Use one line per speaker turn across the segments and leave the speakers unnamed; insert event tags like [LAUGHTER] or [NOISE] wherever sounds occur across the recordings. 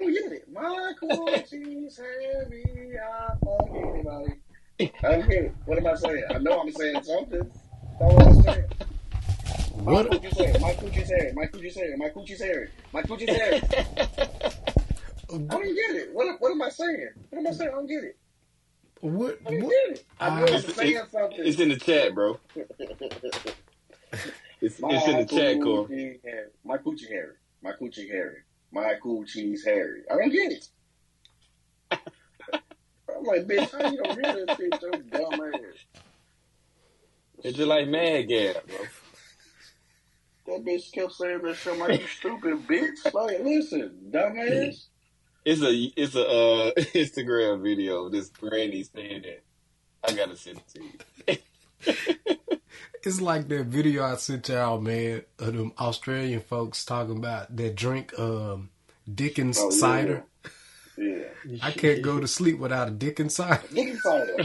Oh, Gucci's heavy. I fuck anybody. I don't get it. What am I saying? I know I'm saying something. That's what I'm saying. My [LAUGHS]
What?
coochie's hairy. My coochie's hairy. My coochie's hairy. My coochie's hairy. My coochie's
[LAUGHS]
hairy. I don't get it. What, what am I saying? What am I saying? I don't get it.
What?
I don't
What?
get it. I know I'm
It's-
It's,
saying
it's,
something.
it's in the chat, [LAUGHS] bro. It's,
My
it's in the chat, Corey.
coochie hairy. My coochie hairy. My coochie hairy. My coochie's hairy. I don't get it. [LAUGHS] I'm like, bitch, how you don't hear this bitch? Your dumb ass.
It's just like Mad Gab, bro.
That bitch kept saying that shit. I'm like, you stupid bitch. Like, listen, dumbass.
It's a it's a uh, [LAUGHS] Instagram video. of This Brandy saying that. I gotta send it to you.
It's like that video I sent y'all, man, of them Australian folks talking about that drink, um, Dickens
Oh, yeah.
cider.
Yeah.
I can't go to sleep without a Dickens cider. [LAUGHS]
Dickens cider.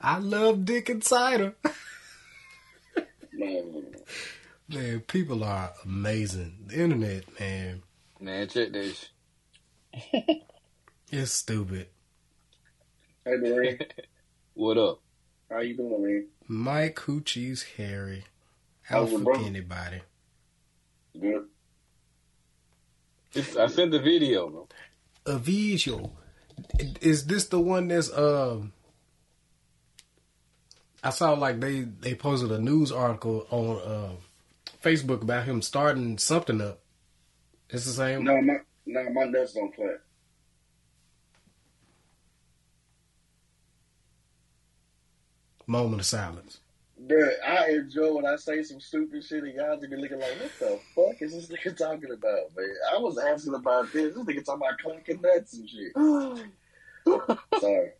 I love Dickens cider. [LAUGHS]
Man.
Man, people are amazing. The internet, man,
Man, check this.
it's stupid.
Hey, Doreen.
What up?
How you doing, man?
My coochie's hairy.
How's
Out
your
for
brother?
anybody.
Good.
It's, I sent the video, bro.
A visual. Is this the one that's um? I saw like they they posted a news article on um Facebook about him starting something up. It's the same.
No, my, no, my nuts don't clap.
Moment of [LAUGHS] silence.
Bruh, I enjoy when I say some stupid shit and y'all just be looking like, what the fuck is this nigga talking about, man? I was asking about this. This nigga talking about clanking nuts and shit.
[LAUGHS]
Sorry.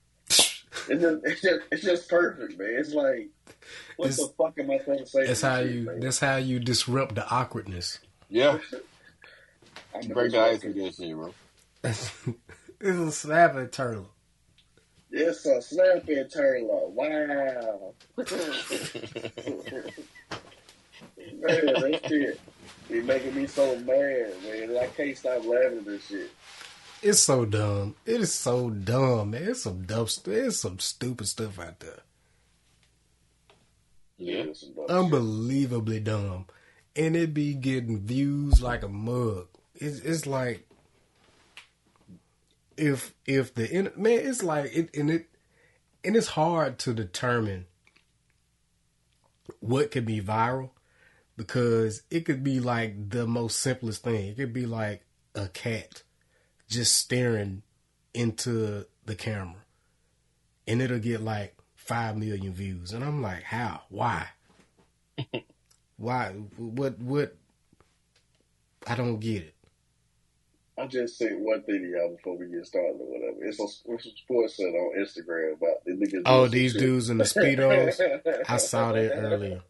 It's just, it's just, it's just perfect, man. It's like, what
It's-
the fuck am I supposed to say? to
That's
this
how
shit,
you.
man?
That's how you disrupt the [LAUGHS] awkwardness.
Yeah,
I'm
break the ice with that shit, bro.
this is a snapping turtle.
It's a snapping turtle.
[LAUGHS]
Wow. man, that shit. It making me so mad, man. I can't stop laughing at this shit.
It's so dumb. It is so dumb, man. It's some dumb. st- It's some stupid stuff out there.
Yeah,
It's some dumb shit.
unbelievably dumb, and it be getting views like a mug. It's it's like if if the in- man, it's like it and it and it's hard to determine what could be viral because it could be like the most simplest thing. It could be like a cat just staring into the camera, and it'll get like five million views. And I'm like, how? Why? Why? What? What? I don't get it.
I just say one thing to y'all before we get started or whatever. It's a, it's a sports set on Instagram about the niggas. doing
Oh,
some
these
shit.
dudes in the speedos.
[LAUGHS]
I saw that uh, earlier.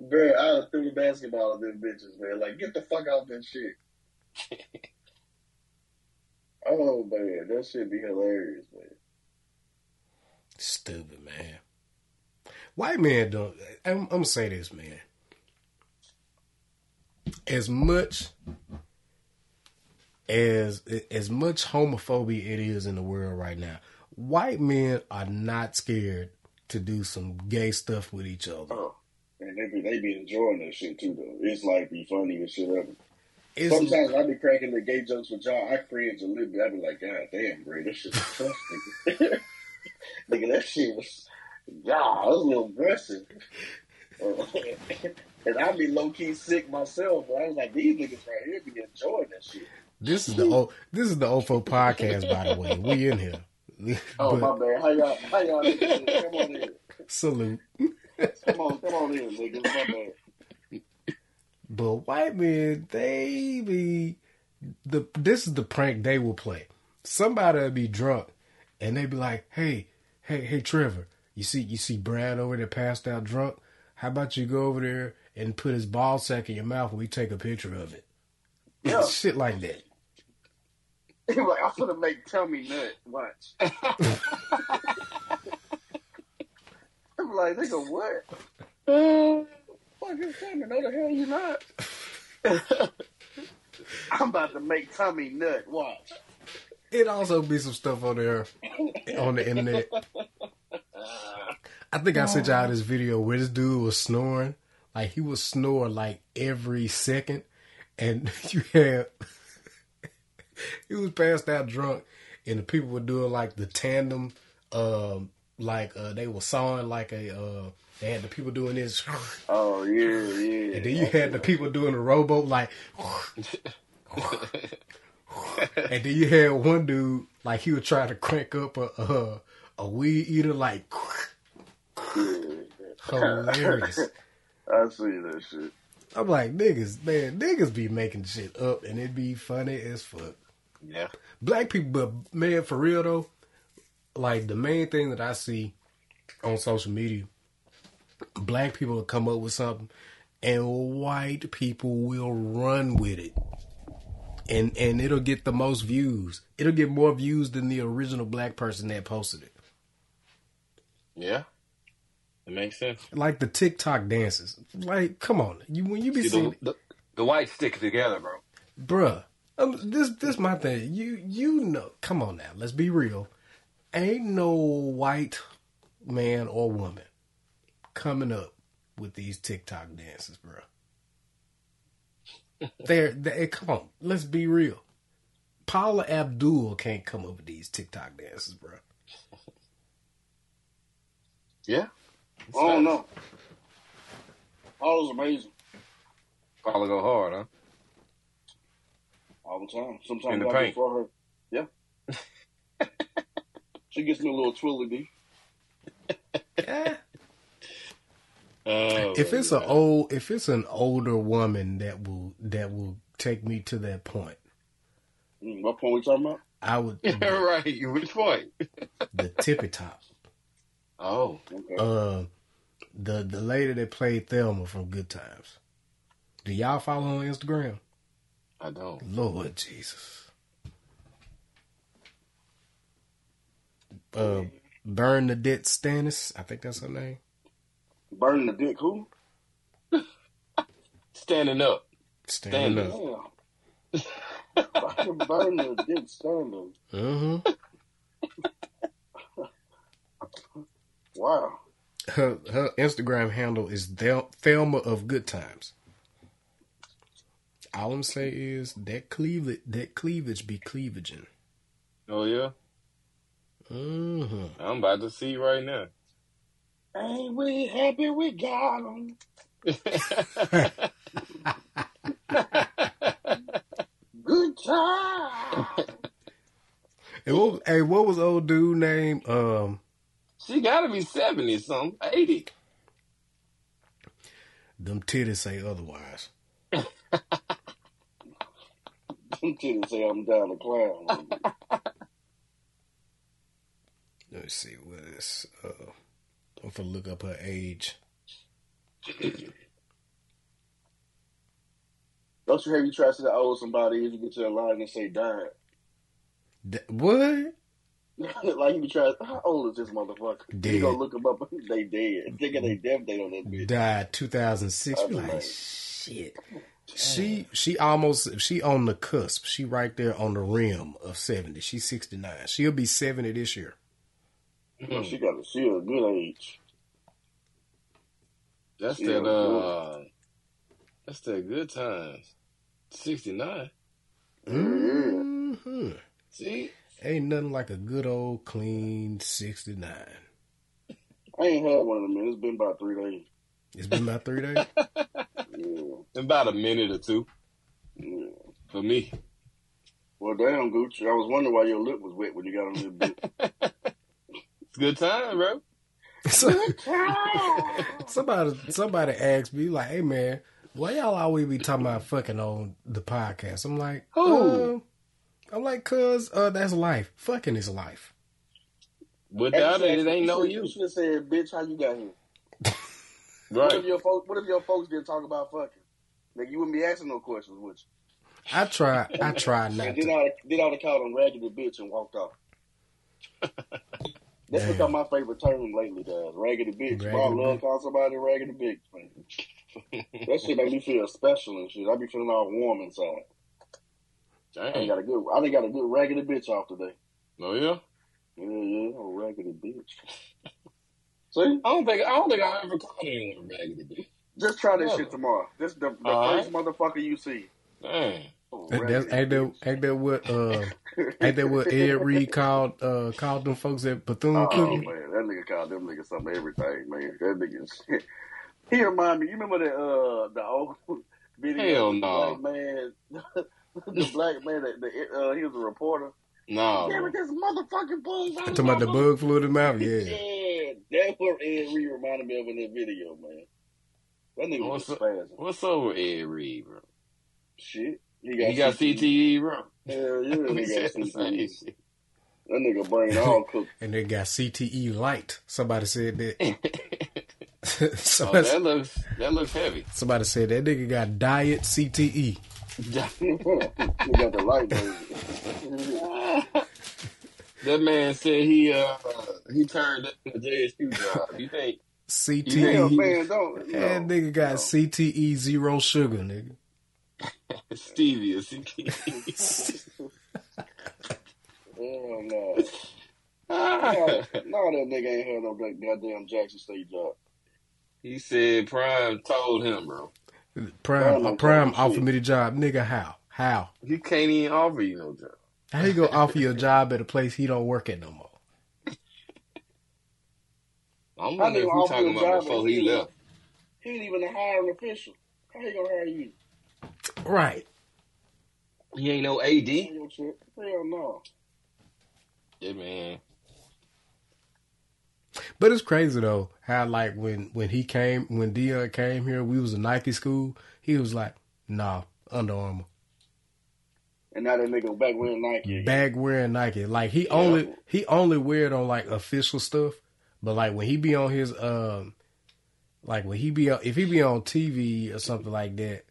Bruh, I done threw the basketball at them bitches, man. Like, get the fuck off that shit. oh, man. That shit be hilarious, man.
Stupid man. White man don't. I'm, I'm gonna say this, man. As much as as much homophobia it is in the world right now, white men are not scared to do some gay stuff with each other.
Oh. And they be, they be enjoying that shit, too, though. It's like the funniest shit ever.
It's,
Sometimes I be cracking the gay jokes with y'all. I cringe a little bit. I be like, God damn, Gray, this shit was tough, nigga. [LAUGHS] nigga, that shit was, y'all, that was a little aggressive. [LAUGHS] and I be low key sick myself, but I was like, these niggas right here be enjoying that shit.
this is the O- this is the OFO podcast, by the way. We in here.
Oh my
But-
man, how y'all, how y'all, niggas doing? come on in,
salute.
[LAUGHS] come on, come on in, niggas, my man.
But white men, they be the this is the prank they will play. Somebody'll be drunk and they be like, Hey, hey, hey Trevor, you see you see Brad over there passed out drunk? How about you go over there and put his ball sack in your mouth and we take a picture of it?
Yeah.
[LAUGHS] Shit like
[LAUGHS]
that.
like, I'm gonna make tummy nut. Watch.
[LAUGHS]
[LAUGHS]
[LAUGHS]
I'm like, nigga, what? motherfucking Tommy. No, the hell you
[LAUGHS]
not. I'm about to make Tommy nut. Watch.
It also be some stuff on there on the internet. I think I sent y'all this video where this dude was snoring. Like he would snore like every second, and [LAUGHS] you had he was passed out drunk, and the people were doing like the tandem, um, like uh, they were sawing like a uh, they had the people doing this, [LAUGHS]
Oh yeah, yeah.
and then you had the people doing the rowboat like, and then you had one dude like he would try to crank up a a, a weed eater like [LAUGHS] hilarious.
I see that shit.
I'm like, niggas, man, niggas be making shit up and it be funny as fuck.
Yeah.
Black people, but man, for real though, like the main thing that I see on social media, black people will come up with something and white people will run with it. And and it'll get the most views. It'll get more views than the original black person that posted it.
Yeah. It makes sense.
Like the TikTok dances. Like, come on. You when you be
See,
seeing
the, the, the whites stick together, bro.
bruh. Um, this this my thing. You you know, come on now. Let's be real. Ain't no white man or woman coming up with these TikTok dances, bro.
[LAUGHS]
They're they come on. Let's be real. Paula Abdul can't come up with these TikTok dances, bro.
Yeah. Oh,
I don't know. Paula's amazing
Paula go hard, huh?
all the time.
In
Sometimes
the
I go
paint.
for her.
[LAUGHS]
Yeah. she gets me a little twirly D.
[LAUGHS]
Yeah.
Oh,
if it's
yeah.
an old if it's an older woman that will that will take me to that point,
Mm, what point we talking about?
I would
[LAUGHS] Yeah,
the
right. Which point?
tippy top.
Oh.
Okay.
uh the the lady that played Thelma from Good Times. Do y'all follow her on Instagram?
I don't.
Lord Jesus. Uh Bernadette Stannis, I think that's her name.
Burning the dick. Who?
Standing up.
Stannis.
Yeah. [LAUGHS] Fucking Burn the dick standing.
Mm-hmm. [LAUGHS]
Wow.
Her her Instagram handle is Thel- Thelma of Good Times. All I'm saying is that cleavage that cleavage be cleavaging.
Oh, yeah.
Mm-hmm.
I'm about to see right now.
Ain't we happy we got 'em? Good time.
And what, hey, what was old dude name? Um,
[LAUGHS] she gotta be 70 something. 80.
them titties say otherwise.
Them kids say I'm down the clown.
Let me see what is. Uh, I'm gonna look up her age.
Don't you have you try to say I owe somebody if you get to the line and say died?
D- what?
[LAUGHS] like you be trying. How old is this motherfucker?
Dead.
You gonna look them up? [LAUGHS] They dead. Think of they death date on that bitch.
Died 2006. We like
Otherwise.
shit. She she almost she on the cusp. She right there on the rim of 70. She's 69. She'll be 70 this year.
Well,
Mm.
she got a she a good age.
That's
Yeah,
that, uh, that's that good times. 69.
hmm
See?
Ain't nothing like a good old clean 69.
I ain't had one of them. Man. It's been about three days.
It's been about three days. [LAUGHS]
Yeah,
In about a minute or two
yeah.
for me.
Well, damn, Gucci. I was wondering why your lip was wet when you got on this bitch.
It's good time, bro.
So- Somebody somebody asked me like, "Hey man, why y'all always be talking about fucking on the podcast?" I'm like,
Who?
"Oh, I'm like, cause uh, that's life. Fucking is life."
Without it, it ain't no
You
use.
should have said, "Bitch, how you got here?" What if
Right.
your folks? What if your folks didn't talk about fucking? Like you wouldn't be asking no questions, would you?
I try, I try
And
not
then
to.
I then I would have called him raggedy bitch and walked off. That's
Damn.
become my favorite term lately, guys. Raggedy bitch. Why I
Raggedy
love
bitch.
calling somebody raggedy bitch, man. That shit make me feel special and shit. I be feeling all warm inside. I done
Dang.
got a good, I done got a good raggedy bitch off today.
Oh yeah.
Yeah, yeah, I'm a raggedy bitch. [LAUGHS] See,
I don't think I don't think I ever called anyone raggedy bitch.
just try this
Yeah.
shit tomorrow. This the, the
All
first motherfucker you see.
Dang.
Oh,
That, that's, ain't,
raggedy
that, ain't that what uh,
bitch.
ain't that what
[LAUGHS]
Ed Reed called uh, called them folks at Bethune
Oh
Cookman?
man, that nigga called them niggas something everything, man. That nigga's he remind me. You remember that uh the old [LAUGHS] video?
Hell
with
no.
The black man, [LAUGHS] the black man that the, uh, he was a reporter. Yeah,
Oh, No.
with this motherfucking bull.
I'm talking about the bug flew in the mouth. Yeah,
[LAUGHS] Yeah, that's what Ed Reed reminded me of in that video, man. That nigga was
What's
just
up?
spazzing.
What's up with Ed Reed, bro?
Shit, he got,
He got E CTE, bro.
Hell yeah,
[LAUGHS]
[LAUGHS]
We
he got
said the same
CTE.
shit.
That nigga brain all cooked. [LAUGHS]
and they got CTE light. Somebody said that. [LAUGHS]
E.
[LAUGHS] oh,
somebody,
that looks that
[LAUGHS]
looks heavy.
somebody said that nigga got diet E. CTE.
he got the light.
[LAUGHS]
baby.
that man said he uh he turned up the JSU job. You think
CTE.
You
Hell,
think he-
man, don't. No,
That nigga got
no.
CTE zero sugar, nigga.
Stevie is CTE?
Hell no. No,
Ah.
no, that nigga ain't had no that goddamn Jackson State job.
[LAUGHS] he said Prime told him, bro.
Prime
Prime, uh,
don't
prime
talk shit.
offered me the job, nigga. How? How?
He can't even offer you no job.
How you gonna offer your job at a place he don't work at no more?
I'm
How nigga
wondering if we
offer you
talking
a
about
job
before
and
he
you-
left.
He ain't even a hiring official. How he gonna hire you?
Right.
He ain't no
He
AD.
ain't your shit. Hell no.
Yeah, man.
But it's crazy though how like when when he came when Dion came here, we was a Nike school. He was like, nah, Under Armour,
And now that nigga back wearing Nike again.
bag wearing Nike. Like he
Yeah.
only he only wear it on like official stuff. But like when he be on his um, like when he be on, if he be on TV or something like that,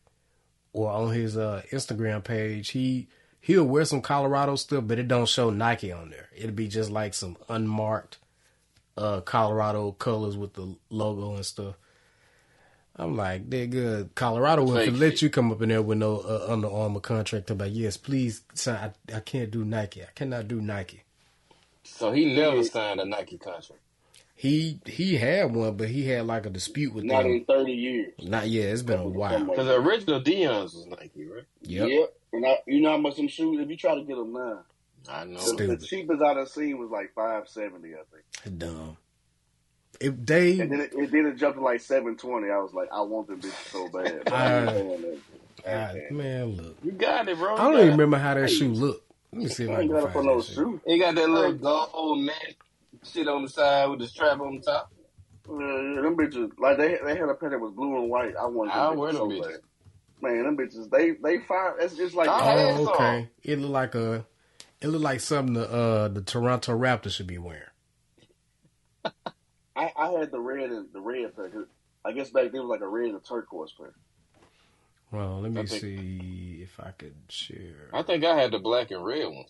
or on his uh Instagram page, he he'll wear some Colorado stuff, but it don't show Nike on there. It'll be just like some unmarked uh Colorado colors with the logo and stuff. I'm like, nigga, Colorado
Fake
will let
shit.
you come up in there with no uh, Under Armour contract. I'm like, yes, please, sign. I, I can't do Nike. I cannot do Nike.
So he never
Yeah.
signed a Nike contract.
He he had one, but he had like a dispute with
Not
them.
in 30 years.
Not yeah, it's been a while.
Because the original Dion's was Nike, right?
Yep,
Yep. And I, you know how much them shoes, if you try to get them now,
I know.
the, the
Stupid.
cheapest I done seen was like 570 I think.
dumb. If they
And then it, it, then it jumped to like 720 I was like, I want them bitches so bad. But I ain't
Uh,
paying that. I
Ah,
ain't paying
man, look.
You got it, bro.
I
You
don't
got
even
it.
remember how that
Hey,
shoe looked. Let me see if
that. I
I
ain't
can
got it for
find
no
that shit.
shoe.
It got that little
Hey.
gold man shit on the side with the strap on top.
Uh, them bitches, like they they had a pair that was blue and white. I wanted them
I wear
bitches
them
so
bitches.
bad. Man, them bitches, they they fire. It's just like
I had
Oh,
some.
okay. It looked like a. It looked like something the uh the Toronto Raptors should be wearing.
I, I had the red and the red pair. 'cause I guess back then it was like a red and a turquoise pair.
Well, let
I
me
think
see if I could share.
I think I had the black and red ones.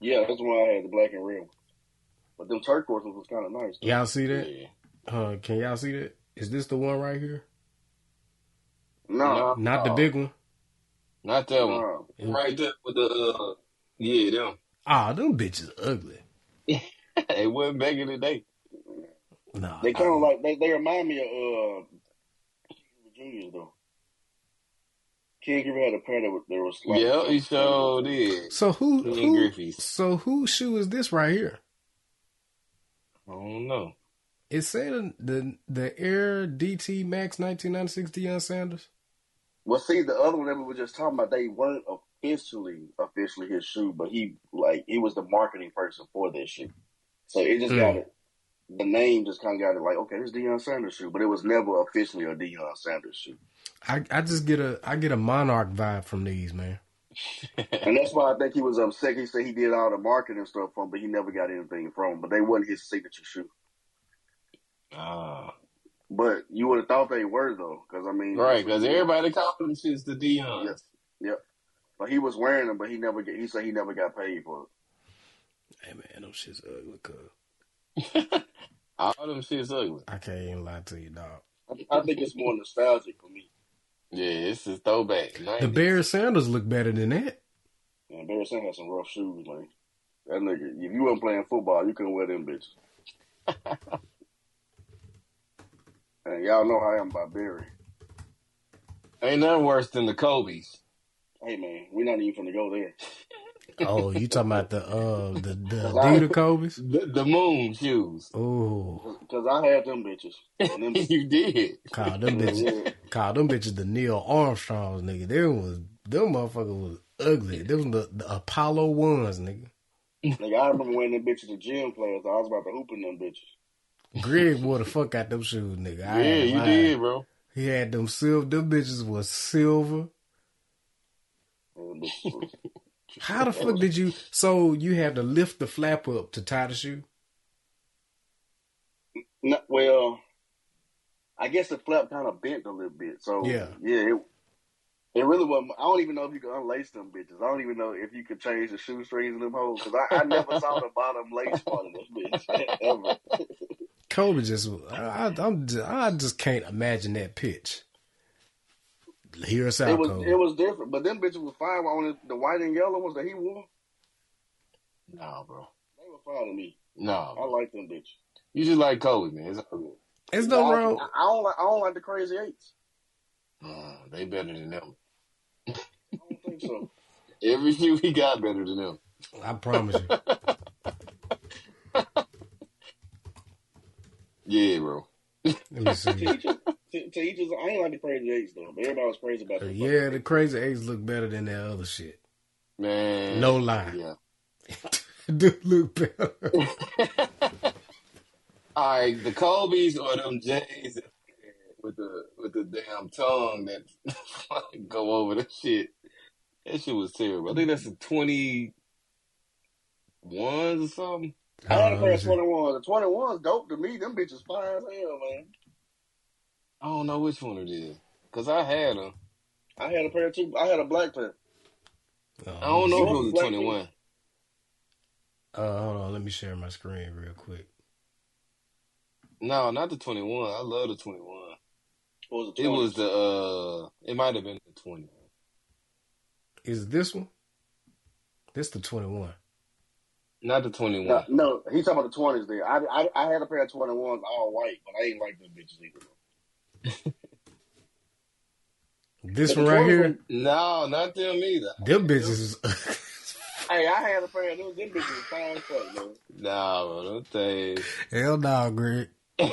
Yeah, that's why I had the black and red one. But them turquoise ones was kind of nice. Though.
Y'all see that?
Yeah.
Uh, can y'all see that? Is this the one right here?
No,
No,
Not the big one.
not that one.
no,
Right there with the uh, yeah, them.
Ah, them bitches ugly.
[LAUGHS] it wasn't back in the day.
Nah,
they kind of
I,
like they, they remind me of uh, juniors though. Ken Griffey had a pair that was, that was like
Yeah,
some
he
similar
sure
to-
did.
so who
Ken
who
Griffey's.
so who shoe is this right here?
I don't know.
It said the the Air DT Max 1996 Deion Sanders.
Well, see, the other one that we were just talking about, they weren't officially officially his shoe, but he like he was the marketing person for this shoe, so it
Hmm.
just
Mm.
got it. The name just kind of got it like, okay, this Deion Sanders shoe, but it was never officially a Deion Sanders shoe,
I, I just get a I get a monarch vibe from these man.
and that's why I think he was upset. He said he did all the marketing stuff for him, but he never got anything from him. But they wasn't his signature shoe.
Ah,
But you would have thought they were though, because I mean,
right,
that's what
because
he was.
everybody called them shits the Dion.
Yes, yep. But he was wearing them, but he never get. He said he never got paid for it.
Hey man, them shit's ugly. Cause
All them shits ugly.
I can't even lie to you, dog.
I, I think it's more nostalgic for me.
Yeah, it's his throwback.
The
90s.
Barry Sanders look better than that.
And Barry Sanders had some rough shoes, man. That nigga, if you weren't playing football, you couldn't wear them bitches.
[LAUGHS]
and y'all know how I am about Barry.
Ain't nothing worse than the Kobe's.
Hey man, we're not even finna go there.
Oh, you talking about the uh [LAUGHS] the the
Right.
Adidas Kobe's?
The, the moon shoes. [LAUGHS]
Oh,
Cause I had them bitches. And
[LAUGHS]
them
you did.
call them [LAUGHS] bitches,
yeah,
call them bitches the Neil Armstrongs, nigga. Them was them motherfuckers was ugly. Them was the, the Apollo ones, nigga.
Like I remember wearing them bitches to gym class. I was about to hoop in them bitches.
Greg wore the fuck out them shoes, nigga. I
yeah,
ain't
you
lying.
did, bro.
He had them silver. Them bitches was silver.
And them bitches was-
How
[LAUGHS]
the fuck did you? So you had to lift the flap up to tie the shoe.
No, well, I guess the flap kind of bent a little bit. So
Yeah.
yeah, it, it really wasn't. I don't even know if you could unlace them bitches. I don't even know if you could change the shoestrings in them holes because I, I never saw the bottom lace part of this bitch [LAUGHS] ever.
Kobe just. I, I- I'm. Just, I just can't imagine that pitch. Hear us
It
out,
was
Kobe.
it was different, but them bitches was fine. While only the white and yellow ones that he wore,
Nah, bro.
they were fine to me.
Nah.
I
bro.
like them bitches.
You just like Kobe, man. It's all good.
There's
I,
no
I,
wrong.
I don't like I don't like the crazy eights.
Uh, they better than them.
I don't think so.
Every [LAUGHS] shoe he got better than them.
I promise you.
Yeah, bro.
Let me see.
to each his- to, to each his- I ain't like the crazy eights though. But everybody was crazy about them.
Yeah, the crazy eights look better than that other shit.
Man.
No lie, [LAUGHS]
Yeah.
do look better.
All right, the Kobe's or them J's with the with the damn tongue that [LAUGHS] go over the shit. That shit was terrible. I think that's the twenty ones or something.
I had a pair
Oh, let me
of
see.
twenty ones. The twenty ones dope to me. Them bitches fine as hell, man.
I don't know which one it is because I had them.
I had a pair too. I had a black pair.
Oh,
I
let me
don't know
see.
if it was
Smoking
the
black
twenty one.
Uh, hold on, let me share my screen real quick.
No, not the twenty one. I love the twenty one.
Or was it
It
twenties?
was the uh. It might have been the twenty.
Is it this one? This the twenty one.
Not the twenty
No,
one.
no. He talking about the twenties. There, I, I I had a pair of twenty ones all white, but I ain't like them bitches either.
This
But
one
the
right
20s
here.
were-
No, not them either.
Them bitches. is- [LAUGHS]
Hey, I had a pair of them. Them bitches was fine as fuck, man.
Nah, bro, them things.
Hell no, Greg.
The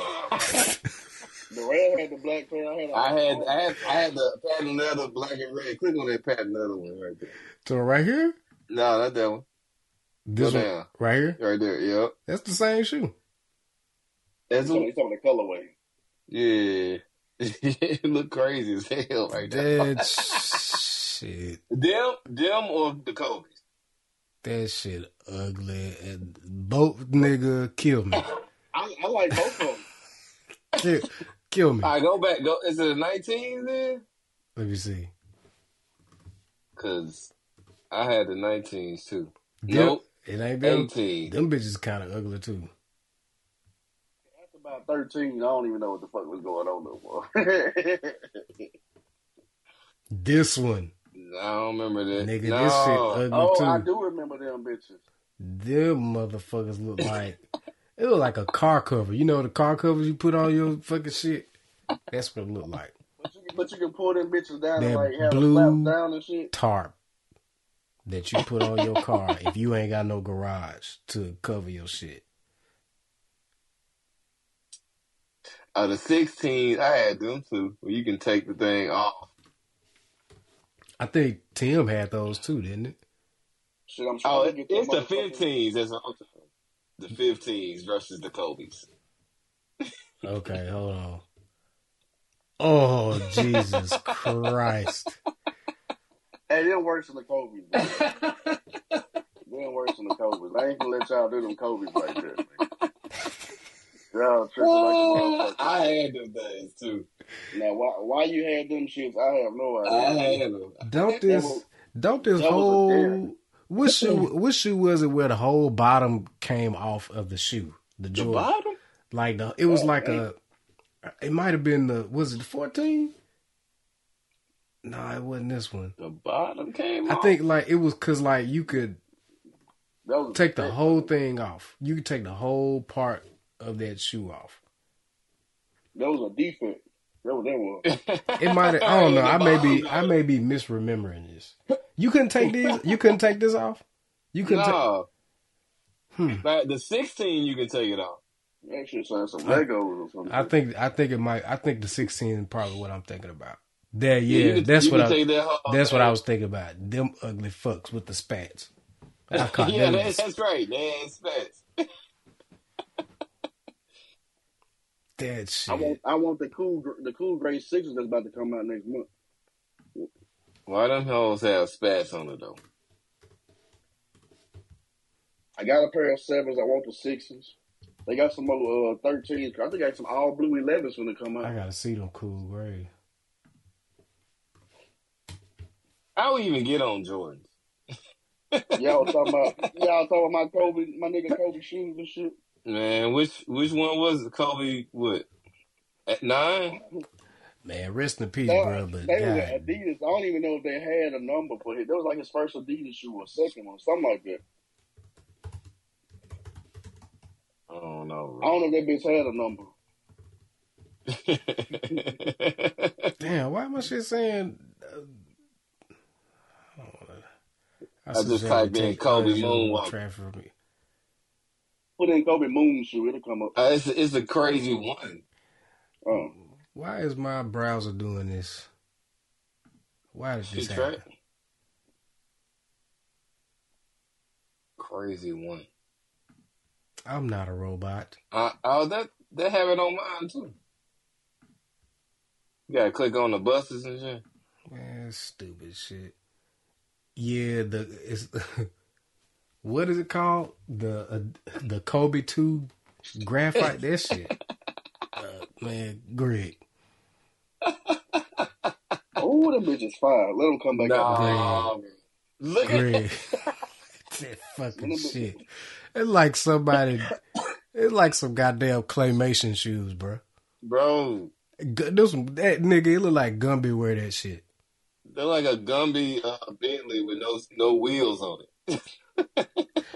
red had the black pair. I had. A,
I had I had I had the patent leather black and red. Click on that patent leather one right there.
So right here,
No, not that one.
this
Go
one
down.
right here,
Right there. Yep.
that's the same shoe.
He's
That's the
talking,
one.
he's talking the colorway.
Yeah. [LAUGHS] it look crazy as hell right now.
That shit,
Them them or the Kobe's.
that shit ugly, and both nigga kill me,
I, I like both of them.
kill, kill me.
Alright, go back. Go is it a nineteen then?
Let me see.
Cause I had the nineteens too.
Them,
Nope.
it ain't them.
Eighteen.
Them bitches kind of ugly too.
After about thirteen, I don't even know what the fuck was going on no more. [LAUGHS]
This one,
I don't remember that.
nigga, this shit
No.
ugly
oh,
too.
I do remember them bitches.
Them motherfuckers look like it look like a car cover. You know the car covers you put on your fucking shit. That's what it look like.
But you, can- but you can pull them bitches down and
That
like have the
blue-
flaps down and shit.
tarp that you put on your car if you ain't got no garage to cover your shit.
Oh, the sixteens, I had them too. Where you can take the thing off.
I think Tim had those too, didn't it?
Shit, I'm sure
Oh,
they
it,
get them
it's the
motherfuckers.
fifteens. That's what I'm talking about. the fifteens versus the Kobe's.
Okay, hold on. Oh
[LAUGHS]
Jesus Christ!
Hey, them worse than the Kobe's. Man. Them worse than the Kobe's. I ain't gonna let y'all do them Kobe's like that. Man. Y'all tripping like a motherfucker.
I had them things too.
Now, why why you had them shits? I have no
I
idea.
had them.
Don't this, don't this
That was a dare.
whole
[LAUGHS]
what shoe, what shoe was it where the whole bottom came off of the shoe, the
The
Jordan?
bottom?
Like the, it was
Oh,
like
man.
a, It might have been the was it the fourteen? No, it wasn't this one.
The bottom came
I
off.
think like it was because like you could
That was
take the whole thing off. You could take the whole part of that shoe off.
That was a defense. That was that was.
It might.
[LAUGHS]
have I don't know. I may be. I may be misremembering this. You couldn't take these. You couldn't take this off. You couldn't. take
No.
Hmm.
Like, the 16, you can take it off.
That shit sound some Legos or something.
I think. I think it might. I think the sixteen is probably what I'm thinking about. That yeah.
you can,
that's
you
what
can
I.
take that whole
That's what
[LAUGHS] thing.
I was thinking about. Them ugly fucks with the spats.
[LAUGHS]
I caught
yeah,
them
that,
as-
that's right. That's fast.
That
I want
shit.
I want the cool gr- the cool gray sixes that's about to come out next month.
Why them hoes have spats on it though?
I got a pair of sevens. I want the sixes. They got some more uh, 13s. I think I got some all blue 11s when they come
I
out.
gotta see them cool gray.
I would even get on Jordans.
Y'all was talking about y'all was talking about Kobe, my nigga Kobe shoes and shit.
Man, which which one was it? Kobe? What at nine?
Man, rest in peace,
They,
bro. But
they were
God,
Adidas. I don't even know if they had a number for it. That was like his first Adidas shoe or second one, something like that.
I don't know.
I
Bro.
don't know if that bitch had a number.
damn. Why am I shit saying? Uh, I don't know. I,
just
suggest you
typed in
take
Kobe
audio
Moonwalk.
transfer from me.
Put in Kobe Moon shoe, it'll come up.
[LAUGHS] Uh, it's it's a crazy one.
Oh,
Why is my browser doing this? Why did this
Shit,
happen?
right? Crazy one.
I'm not a robot.
Uh, oh, that that have it on mine too. You gotta click on the buses and shit.
Man, stupid shit. Yeah, the it's [LAUGHS] what is it called? The uh, the Kobe two graphite. That shit. Uh, man, Greg.
oh, them bitches fire. Let them come back out.
Nah, bro. look at
Greg. [LAUGHS] that fucking shit. It's like somebody. It's like some goddamn claymation shoes, bro.
bro.
Gu- Those that nigga, it look like Gumby wear that shit.
They're like a Gumby uh, Bentley with no no wheels on it.
That's,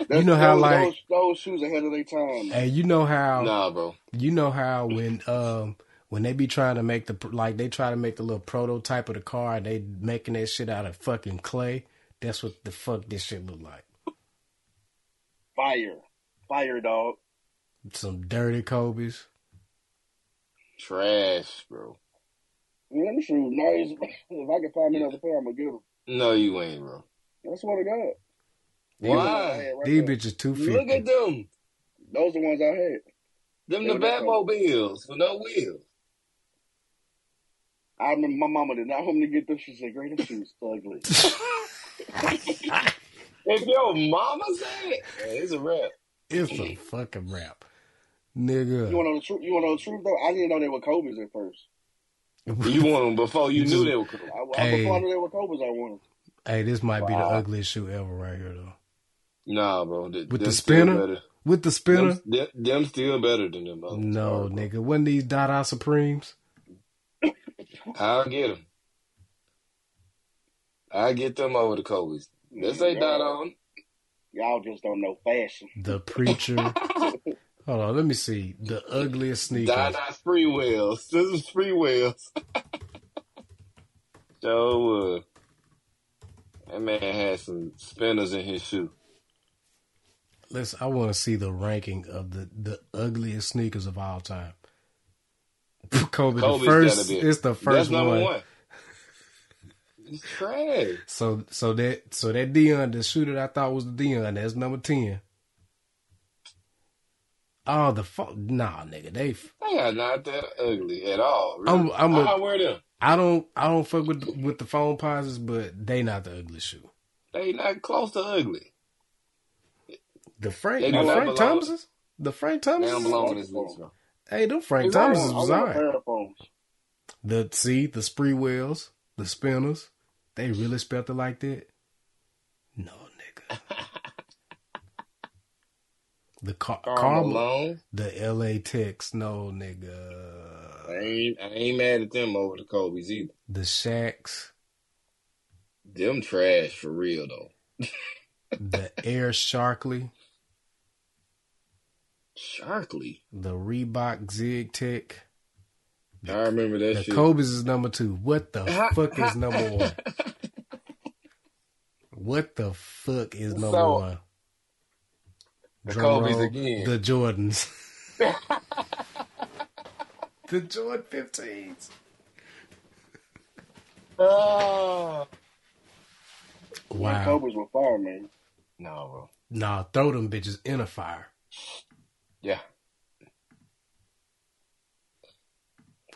You know how,
those,
like-
those, those shoes ahead of their time. man.
And you know how
Nah, bro.
You know how when um when they be trying to make the like they try to make the little prototype of the car and they making that shit out of fucking clay. That's what the fuck this shit look like.
Fire, fire, dog.
Some dirty Kobe's.
Trash, bro.
Man, them shoes nice. [LAUGHS] if I can find another pair, I'm gonna get them.
No, you ain't, bro.
I swear to God.
These-
Why?
Right
These
there.
bitches two
Look at
fifty.
them.
Those are the ones I had.
Them
Yeah,
the
that's
Batmobiles with no wheels.
I remember my mama did not want me to get them. She said, "Great, them shoes ugly."
If your mama said it, man, it's a wrap.
[LAUGHS] It's a fucking wrap,
You want
[LAUGHS] nigga.
to know the truth? You want to know the truth though? I didn't know they were Kobe's at first.
You want them before you knew they were cool.
I, I
Hey.
before I knew they were Kobe's, I wanted.
hey, this might be the
Wow.
ugliest shoe ever right here though.
Nah, bro. th-
With
them
the
still
spinner?
better.
With the spinner,
Them, them, them still better than them others.
no
Sorry, bro.
nigga. When these Dada Supremes,
I'll get them. I'll get them over the Kobe's. This ain't
Mm,
uh,
Y'all-
not on.
Y'all just don't know fashion.
the
[LAUGHS]
preacher. Hold on, let me see the ugliest sneakers.
Dada's free wheels. [LAUGHS] This is free wheels. [LAUGHS] so, uh, that man had some spinners in his shoe.
Let's. I want to see the ranking of the the ugliest sneakers of all time. [LAUGHS] Kobe,
Kobe's
the first.
gotta be it.
It's the
That's
first
number
one.
one. It's trash.
So so that so that Dion, the shoe that I thought was the Dion, that's number ten. Oh, the fuck! Nah, nigga, they. f-
They are not that ugly at all.
I'm-
Really.
I'm a-
I wear them.
I don't I don't fuck with the- with the phone pauses, but they not the ugly shoe.
They not close to ugly.
The
They
Frank
do
the
not
Frank
belong-
Thomases, the Frank
They don't
Thomases.
belong in this list, bro.
Hey, them Frank
Hey, I
I
This
Thomases
want,
was
I want a
alright.
pair of phones.
The see the Spreewells, the Spinners, they really spelt it like that. No,
[LAUGHS]
nigga. The car,
Karl
Carmel,
Malone.
the L.A. Tex. No, nigga.
I ain't I ain't mad at them over the Kobe's either.
The Shacks,
Them trash for real though.
the Air Sharkley,
Sharkly.
the Reebok Zig Tech.
I remember that
The
shit.
Kobe's is number two. What
[LAUGHS]
the
How-
fuck is
how-
number
[LAUGHS]
one? What the fuck is number
So-
one?
The
Drum
Kobe's
roll.
again.
The Jordans. the Jordan 15s.
Ah.
Wow.
Wow.
Cobras were firemen.
no, bro.
Nah, throw them bitches in a fire.
Yeah.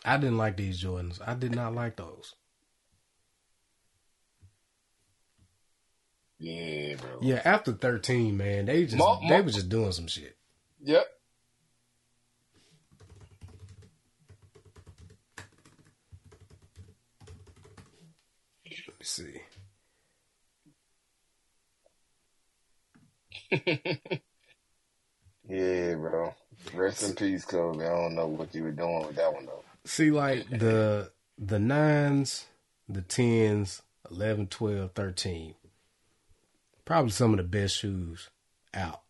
I didn't like these Jordans. I did not like those.
Yeah, bro.
Yeah, after 13, man, they just
Mo-
they
mo-
were just doing some shit.
Yep.
Let me see.
Yeah, bro. Rest in peace, Kobe. I don't know what you were doing with that one though.
See like the the 9s, the 10s, 11, 12, 13. Probably some of the best shoes out.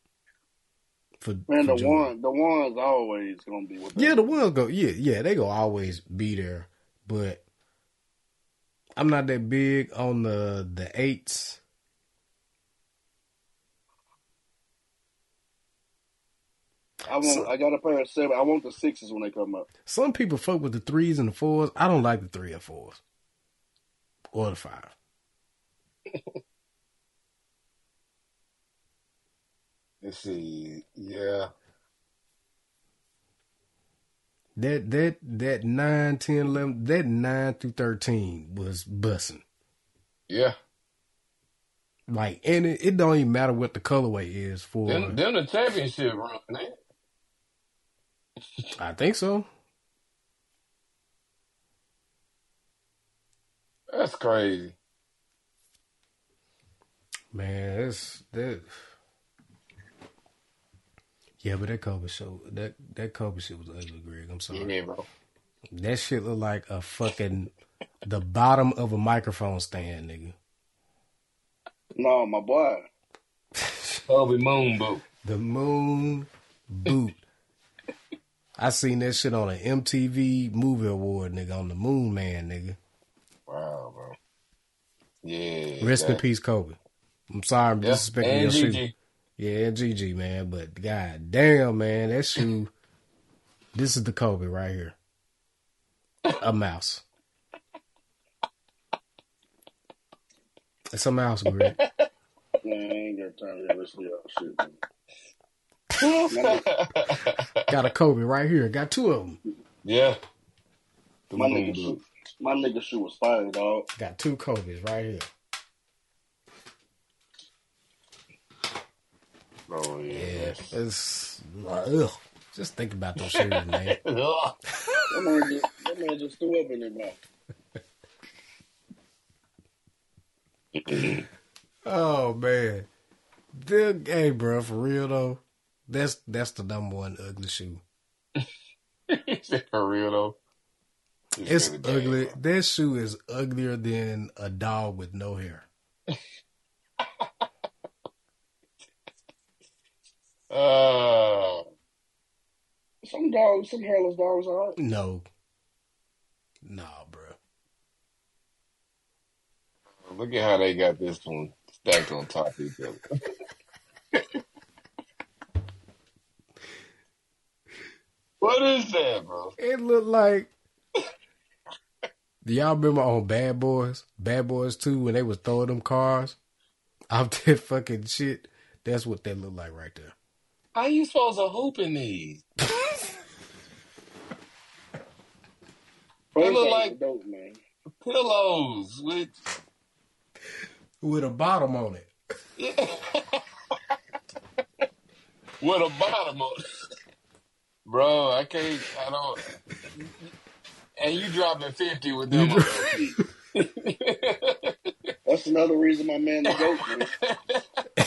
For
Man,
for
the
Jordan.
one, the one's always gonna be with them.
Yeah, the ones go. Yeah, yeah, they go always be there. But I'm not that big on the the eights.
I want. I got a pair of seven. I want the sixes when they come up.
Some people fuck with the threes and the fours. I don't like the three or fours or the five.
Let's see. Yeah.
That that that 9, 10, 11, that nine through thirteen was bussing.
Yeah.
Like, and it, it don't even matter what the colorway is for.
Them, them the championship run, man.
I think so.
That's crazy.
Man, that's that. Yeah, but that Kobe show that that Kobe shit was ugly, Greg. I'm sorry.
Yeah, bro.
That shit look like a fucking the bottom of a microphone stand, nigga.
No, my boy.
Kobe Moon Boot.
The moon
[LAUGHS]
boot. I seen that shit on an MTV movie award, nigga, on the Moon Man, nigga.
Wow, bro. Yeah.
Rest in
that-
peace, Kobe. I'm sorry I'm
Yeah.
disrespecting your
And
shoe.
GG.
Yeah, GG, man, but god damn, man, that shoe. this is the Kobe right here. A mouse. It's a mouse,
Man,
Greg.
I ain't got time to listen to y'all shit. man.
Got a Kobe right here. Got two of them.
[LAUGHS] yeah. The
My
Moon
nigga
Boot.
shoe. My nigga shoe was fire, dog.
Got two Kobe's right here.
Bro, Oh, yeah.
Yeah, it's ugh. just think about those shoes, man.
[LAUGHS] Ugh.
That man just, that man just threw up in his mouth.
[LAUGHS] Oh man, the hey, bro, for real though, that's that's the number one ugly shoe.
for real, though.
It's
really bad,
ugly.
bro.
That shoe is uglier than a dog with no hair.
Uh,
Some dogs, some hairless dogs, all right.
No, nah, bro.
look at how they got this one stacked on top of each other. [LAUGHS] what is that, bro?
It looked like. [LAUGHS] Do y'all remember on Bad Boys? Bad Boys 2 when they was throwing them cars out [LAUGHS] that fucking shit? That's what that looked like right there.
How you supposed to hoop in these?
They
They look like-
dope, man.
Pillows with
With a bottom on it. [LAUGHS]
with a bottom on it. [LAUGHS] Bro, I can't I don't and you dropping fifty with them
You
on
dro-
your feet.
[LAUGHS]
[LAUGHS]
That's another reason my man the goat, man.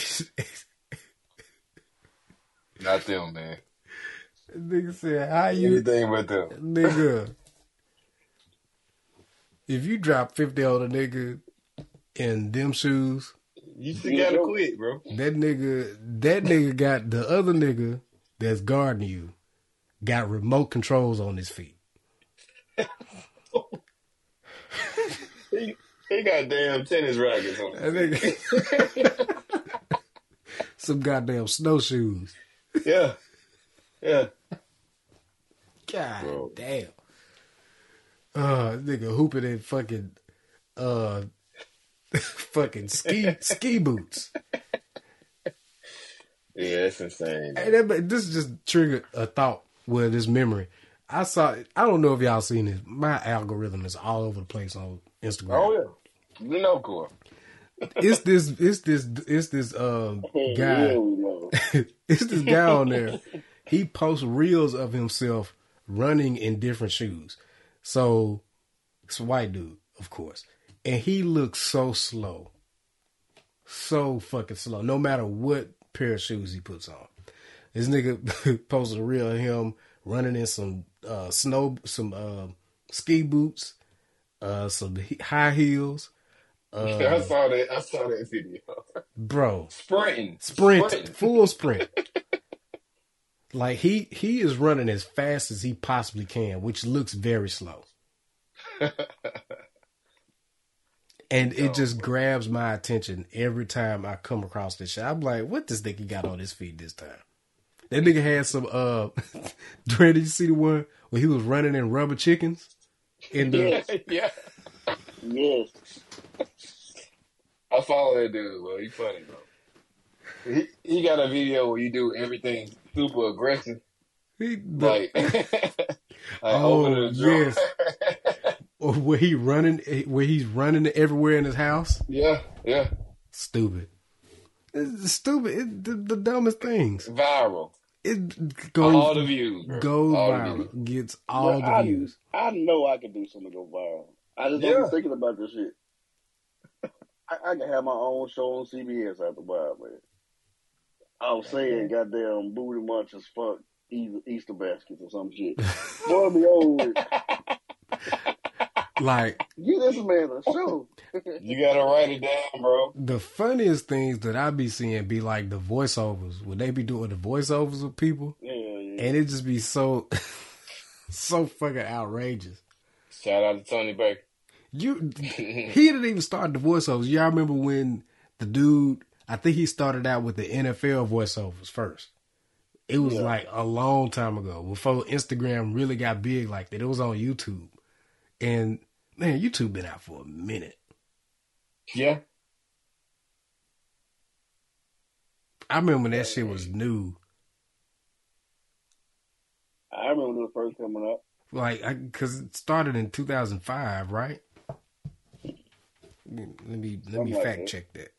Not them, man.
Nigga said, "How you,
Anything but them.
nigga? If you drop fifty on a nigga in them shoes,
You just gotta
Yeah.
quit, bro.
that nigga that nigga got the other nigga that's guarding you got remote controls on his feet.
He, he got damn tennis rackets on.
That nigga [LAUGHS] some goddamn snowshoes.
Yeah, yeah.
God
Bro.
damn. Uh nigga hooping in fucking uh [LAUGHS] fucking ski ski boots.
Yeah, that's insane.
Hey, that, ma- this just triggered a thought with this memory. I saw. I don't know if y'all seen this. My algorithm is all over the place on Instagram.
Oh yeah, you know, core.
It's this. It's this. It's this. Um,
Oh,
guy.
yeah, we know.
[LAUGHS] it's this guy on there. He posts reels of himself running in different shoes. So it's a white dude, of course. And he looks so slow. So fucking slow. No matter what pair of shoes he puts on. This nigga [LAUGHS] posted a reel of him running in some uh snow some uh ski boots, uh some he- high heels.
[LAUGHS] I
Uh
saw that. I saw that video.
bro.
Sprinting,
sprint, full sprint. like he he is running as fast as he possibly can, which looks very slow. and it just grabs my attention every time I come across this shit. I'm like, what this nigga got on his feet this time? That nigga had some uh [LAUGHS] Dre, did you see the one where he was running in rubber chickens? In the
Yes,
[LAUGHS] yeah,
yes.
I follow that dude. Well, he funny bro. He he got a video where you do everything super aggressive,
he- the-
like, [LAUGHS] like
Oh,
open the drawer.
yes. or where he running where he's running everywhere in his house.
[LAUGHS] yeah, yeah,
Stupid. It's stupid. It, the, the dumbest things.
viral.
It
All
goes
the views, bro.
goes
All the views.
viral. Gets all
But
the views.
I, I know I can do something to go viral. I just don't
Yeah.
be thinking about this shit. I, I can have my own show on CBS after a while, man. I was saying, goddamn booty munch as fuck Eas- Easter baskets or some shit. Boy, be old.
Like
Give this man a
[LAUGHS]
show.
You gotta write it down, bro.
the funniest things that I be seeing be like the voiceovers. When they be doing the voiceovers with people,
Yeah, yeah.
and it just be so [LAUGHS] so fucking outrageous.
Shout out to Tony Baker. [LAUGHS]
You he didn't even start the voiceovers. Y'all remember when the dude? I think he started out with the NFL voiceovers first. It was
Yeah.
like a long time ago, before Instagram really got big like that. It was on YouTube, and man, YouTube been out for a minute.
yeah,
I remember when that shit was new.
I remember the first coming up.
Like, I, cause it started in 2005, right? Let me let me, let me
Something like
fact
that.
check that.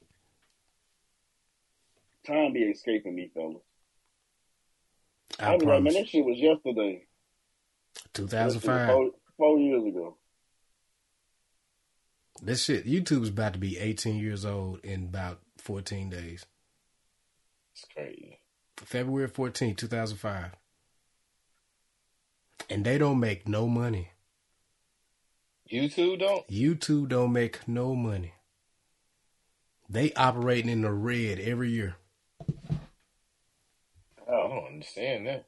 Time be escaping me, fellas. I,
I,
be like,
promise.
man, that shit was yesterday. This shit was
2005.
Four, four years ago.
This shit, YouTube's about to be 18 years old in about 14 days.
it's crazy.
February 14, 2005. And they don't make no money.
You two don't.
YouTube don't make no money. They operating in the red every year.
I don't understand that.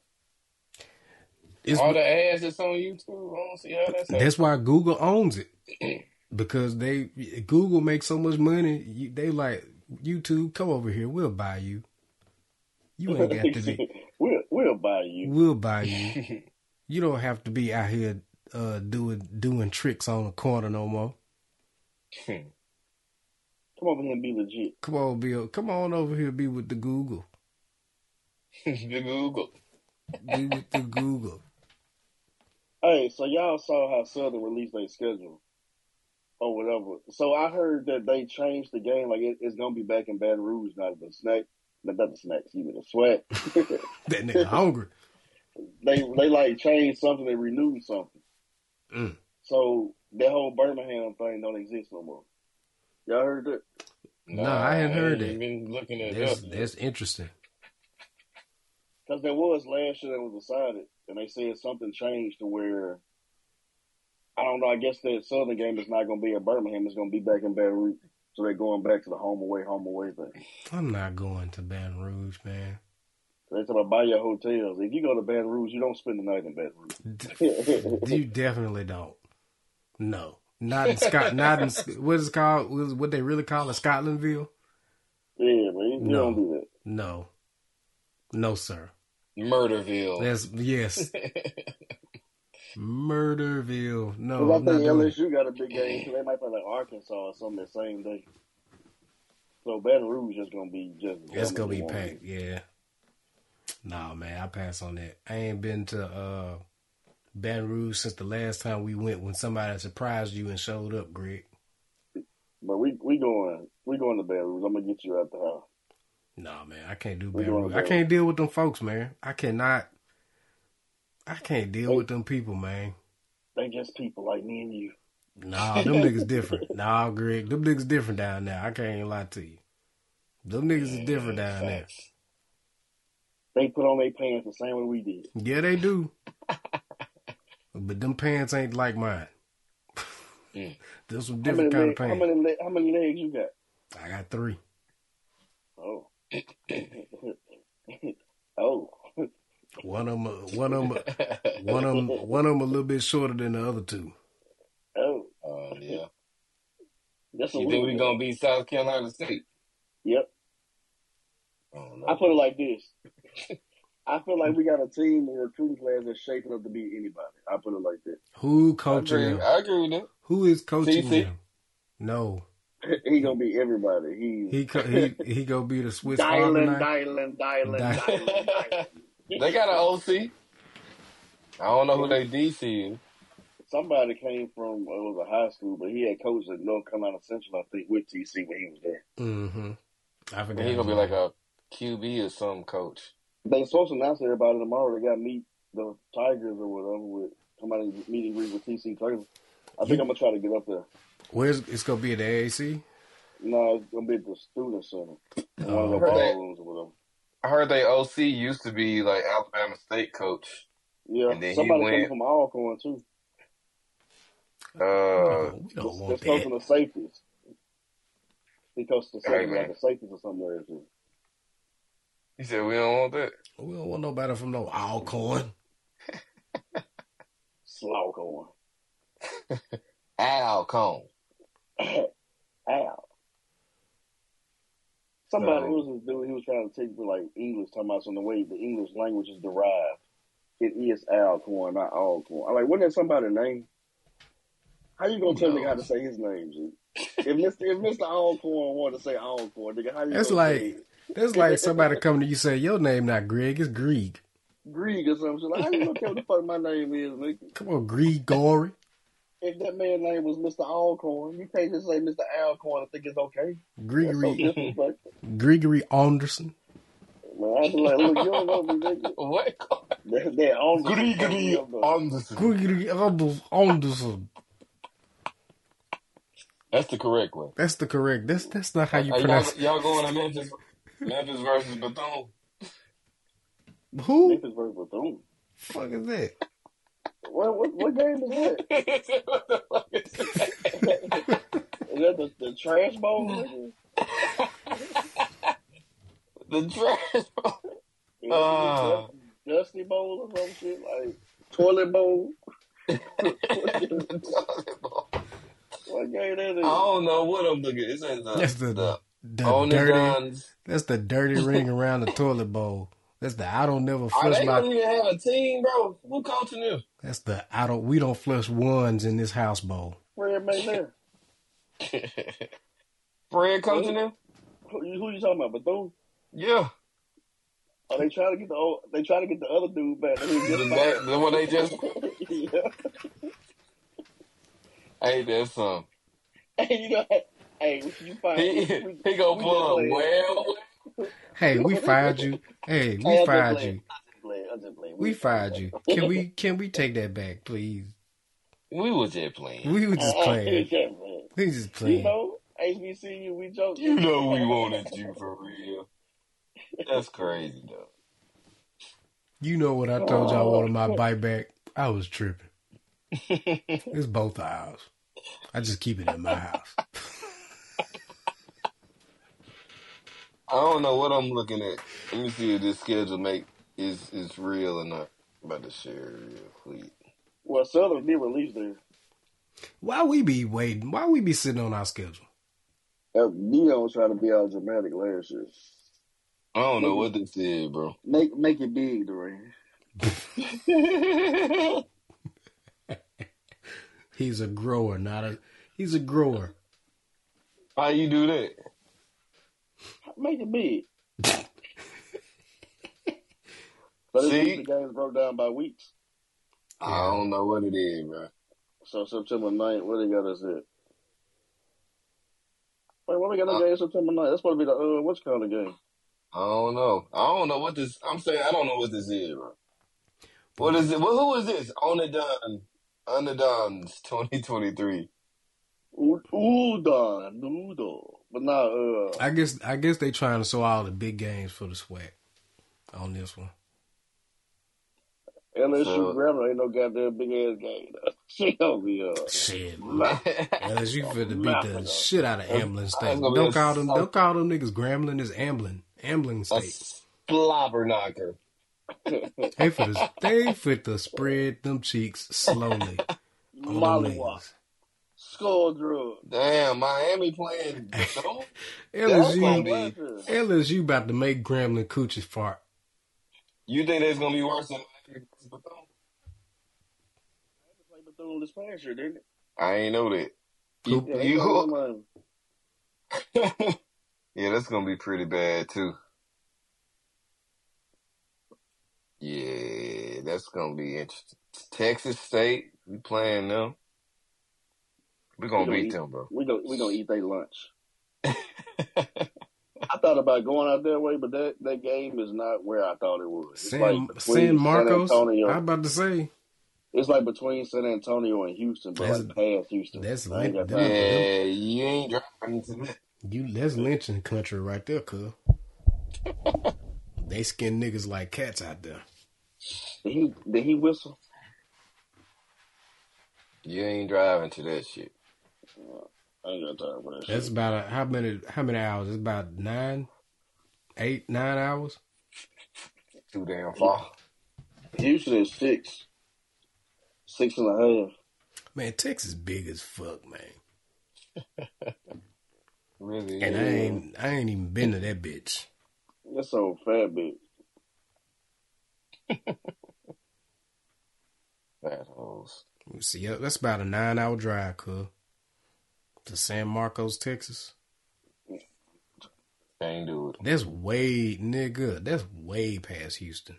It's,
All the ads that's on YouTube, I don't see how that's.
that's why Google owns it because they Google makes so much money. You, they like YouTube, come over here, we'll buy you. You ain't got to
[LAUGHS]
be.
we'll, we'll buy you.
We'll buy you. You don't have to be out here uh, doing doing tricks on the corner no more.
Come over here and be legit.
Come on, Bill. Come on over here. Be with the Google.
the [LAUGHS] Google.
Be with the Google. [LAUGHS]
Hey, so y'all saw how Southern released their schedule or whatever. So I heard that they changed the game. Like it, it's gonna be back in Baton Rouge, not the snack, but not the snacks, even the
[LAUGHS]
sweat.
That nigga hungry.
They they like changed something. They renewed something.
Mm.
So that whole Birmingham thing don't exist no more. Y'all heard that?
No, I hadn't heard that.
ain't Been looking at
That's
that.
that's interesting.
Because there was last year that was decided, and they said something changed to where I don't know. I guess the Southern game is not going to be in Birmingham. It's going to be back in Baton Rouge. So they're going back to the home away, home away thing.
I'm not going to Baton Rouge, man.
They're talking about buy your hotels. If you go to Baton Rouge, you don't spend the night in Baton Rouge.
You definitely don't. No, not in Scot. Not in what is it called? What is- What they really call it? Scotlandville?
[LAUGHS] yeah, man. You
No.
don't do
No, no, sir.
Murderville.
That's yes, Murderville.
that.
No,
Because
I'm
I
not
think
doing. it.
LSU got a big game, so they might play like Arkansas or something that same day. So Baton Rouge is going to be just.
It's gonna be packed, yeah. Nah, man, I pass on that. I ain't been to uh Baton Rouge since the last time we went when somebody surprised you and showed up, Greg.
But we we going we going to Baton Rouge. I'm gonna get you out the house.
Nah, man, I can't do
We
Baton
going
Rouge.
to
I
Baton
can't deal with them folks, man. I cannot. I can't deal with them people, man.
They just people like me and you.
Nah, them niggas different. Nah, Greg, them niggas different down there. I can't even lie to you. Them niggas is different down there.
[LAUGHS]
They put on their pants the same way we did.
Yeah, they do. but them pants ain't like mine.
Mm.
There's some
How many,
different kind
leg,
of
how
pants.
many leg, how many legs you got?
I got three.
Oh. [LAUGHS] oh. [LAUGHS]
One of them, one of 'em-
[LAUGHS]
one of 'em- one of 'em a little bit shorter than the other two.
Oh.
Oh yeah.
That's a
You
little
think we
bit.
gonna beat South Carolina State?
Yep.
I don't
I
know.
put it like this. [LAUGHS] I feel like we got a team in recruiting class that's shaping up to be anybody. I put it like that.
Who
I
coaching
agree.
them?
I agree with that.
Who is coaching
CC?
them? No,
[LAUGHS] He gonna be everybody. He's
he co- he he gonna be the Swiss
dialing,
Army knife.
dialing, dialing,
Di-
dialing, dialing.
[LAUGHS] they got an OC. I don't know who they DC is.
Somebody came from well, it was a high school, but he had coached at North Carolina Central, I think, with TC when he was there.
Mm-hmm. I forgot.
But he
his
gonna be
name.
like a QB or some coach.
They supposed to announce everybody tomorrow. They got to meet the Tigers or whatever with somebody meeting with TC Taylor. I think
You-
I'm gonna try to get up there.
Where's it's gonna be at the AAC?
No, it's gonna be at the student center, in one of
Oh.
the ballrooms or whatever.
I heard they OC used to be like Alabama State coach.
Yeah,
And then he
somebody coming
went-
from Alcorn too.
We
Uh,
don't- we
That's
don't want
that's coaching
that.
the safeties. He coached the
Hey,
safeties,
man.
like the safeties or somewhere. Else.
he said we don't want that.
We don't want nobody from no Alcorn.
Slaughorn.
Al Cone.
Ow. Somebody
So-
who was this dude, he was trying to teach me like English, talking about some the way the English language is derived. It is Alcorn, not Alcorn. I'm like, wasn't that somebody's name? How you gonna tell
No.
me how to say his name, G? If Mr. if Mr. Alcorn wanted to say Alcorn, nigga, how you
That's
gonna
like-
say it?
That's like somebody coming to you say your name not Greg, it's Greg.
Grieg or something? Like, how you gonna tell what the fuck my name is, nigga?
Come on, Greg Gory.
If that man's name was Mr. Alcorn, you can't just say Mr. Alcorn and think it's okay. That's so
Gregory
disrespectful.
Gregory Anderson.
Man, I was like, look, you don't know me, nigga.
What?
That, that Alcorn-
[LAUGHS] Gregory
Oh.
Anderson.
Gregory Anderson.
That's the correct one.
That's the correct. That's that's not how you
Are
pronounce.
y'all, y'all going to Memphis? Memphis versus [LAUGHS] Bethune.
Who
Memphis versus Bethune.
fuck is that?
What, what, what game is that?
what the fuck is that?
Is that the, the trash bowl? nigga?
The trash.
Is
Ah.
Uh.
it the Dusty bowl or some shit? Like toilet bowl? [LAUGHS] what game that
I
is?
Oh.
don't know what I'm looking. It's in the,
That's
the,
the
the
the,
Only
dirty.
Guns.
That's the dirty ring around the toilet bowl. That's the I don't never
Are
flush
they
my.
gonna even have a team, bro? Who coaching [LAUGHS] them?
That's the I don't. We don't flush ones in this house bowl.
Fred McNair.
Fred coaching them?
Who, you- who you talking about? Bethune?
Yeah.
Are they trying to get the old, they trying to get the other dude back? [LAUGHS] That he
The,
just
that, the one they just
yeah.
Hey, that's um
Hey, you know, hey, you find
he, [LAUGHS]
we-
he gonna
we
pull
just
up
playing.
well
Hey, we fired you.
Hey,
Hey, we
I'm just
fired
playing.
you.
I'm just playing. I'm just playing.
We fired you. Can we can we take that back, please?
we was just playing.
We were
[LAUGHS]
just
Hey, [LAUGHS]
playing.
hey, just playing. You
We just playing.
know, HBCU, we joke.
You know we wanted you for real. That's crazy though.
You know what I told y'all on my bite back? I was tripping. It's both eyes. I just keep it in my house.
I don't know what I'm looking at. Let me see if this schedule make is is real or not. I'm about to share it real quick.
[LAUGHS] Well, Southern did release theirs.
Why we be waiting? Why we be sitting on our schedule?
Uh, Neon was trying to be all dramatic last year.
I don't know what this is, bro.
Make make it big,
[LAUGHS]
Duran.
He's a grower, not a. He's a grower.
How you do that?
Make it
[LAUGHS]
big. But it's
See?
usually games broke down by weeks.
I don't know what it is, bro.
So September 9th, where they got us at? Wait, where we got
Uh.
that game September 9th? That's supposed to be the uh, what's kind of game?
I don't know. I don't know what this. I'm saying I don't know what this is, bro. What is it? Well, who is this? Onadon, Onadon's 2023.
U- Udon noodle, but not uh.
I guess. I guess they trying to sell all the big games for the swag on this one.
LSU
So-
grammar ain't no goddamn big ass game. though. [LAUGHS] She gonna be uh,
Shit,
ma-
[LAUGHS] LSU finna beat the shit out of Amblin State.
That's gonna be
Don't
a
call them.
suck.
Don't call them niggas Grambling. It's Amblin. Amblin
A
State.
slobber knocker.
They for the. They fit to spread them cheeks slowly on them
Malua
niggas.
skull drug.
Damn, Miami playing. No, that's gonna
LSU.
be.
LSU about to make Grambling coochie fart.
You think that's gonna be worse than? Miami versus Bethune?
Played Bethune this past year, didn't it?
I ain't know that. You,
Poop.
Yeah, they played them. um,
you- yeah, that's gonna be pretty bad too. Yeah, that's gonna be interesting. Texas State, we playing them. We're
We
gonna
gonna
beat
eat-
them, bro.
We gonna we gonna eat their
[LAUGHS]
lunch. I thought about going out that way, but that, that game is not where I thought it was. It's
San,
like between
San Marcos.
San
I'm
Antonio.
about to say
It's like between San Antonio and Houston, but
That's-
like past Houston.
that's
I ain't got
lit-
time for that.
Yeah, you ain't driving to that.
you. That's lynching country right
[LAUGHS]
there, cuz. They skin niggas like cats out there.
Did he did he whistle?
You ain't driving to that shit.
I ain't got time for that
That's
shit.
about a, how many how many hours? It's about nine, eight, nine hours.
Too damn far.
Houston is six, six and a half.
Man, Texas big as fuck, man.
Really?
And I
is.
ain't I ain't even been to that bitch.
That's old fat bit.
Fat hoes.
Let me see, yeah, that's about a nine hour drive, cuz. To San Marcos, Texas.
Can't do it.
That's way nigga. That's way past Houston.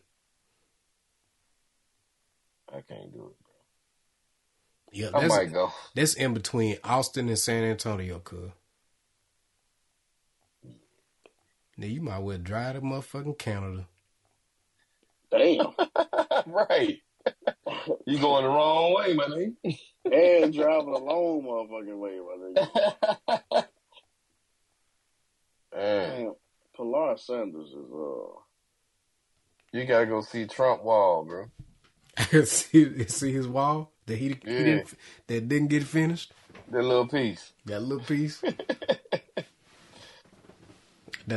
I can't do it.
Yeah,
I
that's
might go.
that's in between Austin and San Antonio, cuz. Now you might well drive to motherfucking Canada. [LAUGHS]
Damn.
[LAUGHS] right. [LAUGHS] You going the wrong way, my nigga.
and driving a long motherfucking way, my nigga.
[LAUGHS] Man,
Damn. Pilar Sanders is uh [LAUGHS]
you gotta go see Trump Wall, bro.
see, see his wall that he, he
Yeah.
didn't that didn't get finished.
That little piece.
That little piece. that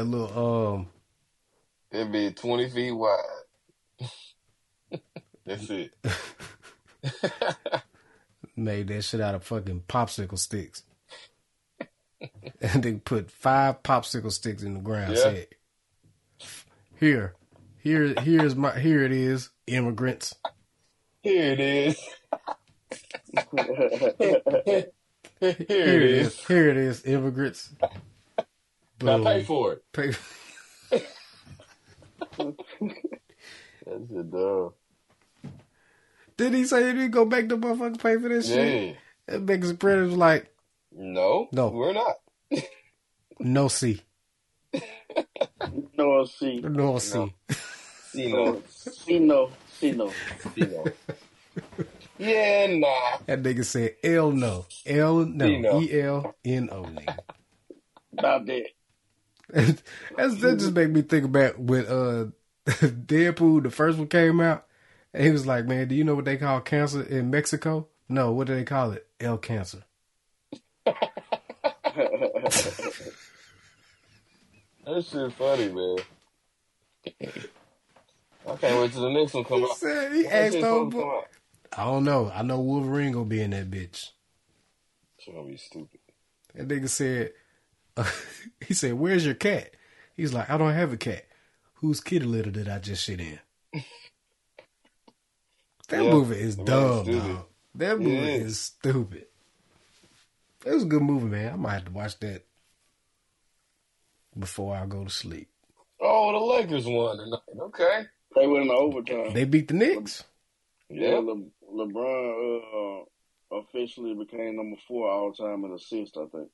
little um
It'd be 20 feet wide. [LAUGHS] That's it.
made that shit out of fucking popsicle sticks. [LAUGHS] and they put five popsicle sticks in the ground.
Yeah.
Said, here, here, here's my here it is, immigrants.
Here it is. [LAUGHS] Here
Here
it
it is,
is.
here it is, immigrants.
Now pay
Boom.
for it.
Pay- [LAUGHS]
That's a dog.
Did he say he didn't go back to motherfucking pay for this shit?
Yeah.
That makes the predators like,
No,
No.
we're not.
no C.
no see.
No C.
No. You
Uh,
know, [LAUGHS]
Sino, Sino.
you know. Yeah, nah.
That nigga said L no. L no.
Dino.
E L N O nigga.
About that. [LAUGHS]
That's, that just make me think about when uh [LAUGHS] Deadpool the first one came out and he was like, Man, do you know what they call cancer in Mexico? No, what do they call it? L cancer.
That shit funny, man. I can't wait till the next one come
He
out.
said he
When that
asked
shit
old
supposed to
boy.
come out?
I don't know. I know Wolverine gonna be in that bitch.
It's gonna be stupid.
That nigga said, [LAUGHS] he said, "Where's your cat?" He's like, "I don't have a cat. Whose kitty litter did I just
[LAUGHS]
shit in?" That
Yeah,
movie is
that movie's
dumb,
stupid.
dog. That
It
movie
is.
is stupid. It was a good movie, man. I might have to watch that before I go to sleep.
Oh, the Lakers won tonight. Okay.
They went in overtime.
They beat the Knicks.
Yeah,
Yeah.
Le- LeBron uh, officially became number four all time in assists. I think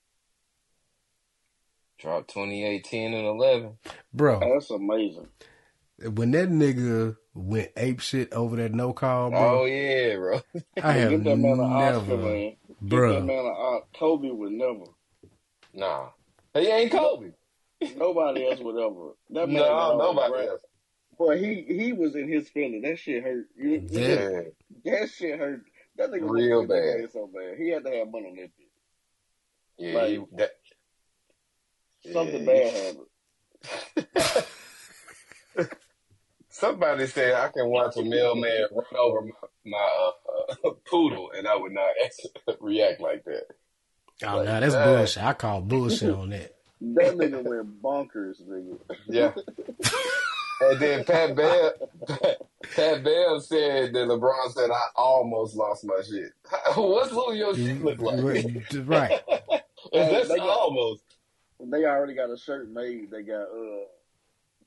Dropped 28, 10, and 11.
Bro,
that's amazing. Oh.
when that nigga went ape shit over that no call,
Oh,
bro,
yeah, bro.
I have
Get that man an Oscar,
never,
man. Get that
bro.
man an Oscar. Kobe would never.
Nah. He ain't Kobe.
Nobody else would ever. That man got
No,
all the
nobody
rap.
else.
Boy, he he was in his feeling. That shit hurt. You, you
Yeah.
just-
Yeah.
that shit hurt. That nigga wanted
Real
to get that
bad.
man so bad. He had to have money on that bitch.
Yeah,
Like
he, that,
something
yeah,
bad
he-
happened.
Somebody said I can watch a mailman run over my, my uh, [LAUGHS] poodle, and I would not [LAUGHS] act- react like that.
Oh
Like,
no, that's
dang.
bullshit. I call bullshit on that.
That nigga went bonkers, nigga.
Yeah. [LAUGHS] And then Pat Bell, Pat, Bell said that LeBron said I almost lost my shit. [LAUGHS] What's what your shit look [LAUGHS] like?
Mm-hmm. Right.
Is that
They got-
almost?
They already got a shirt made. They got uh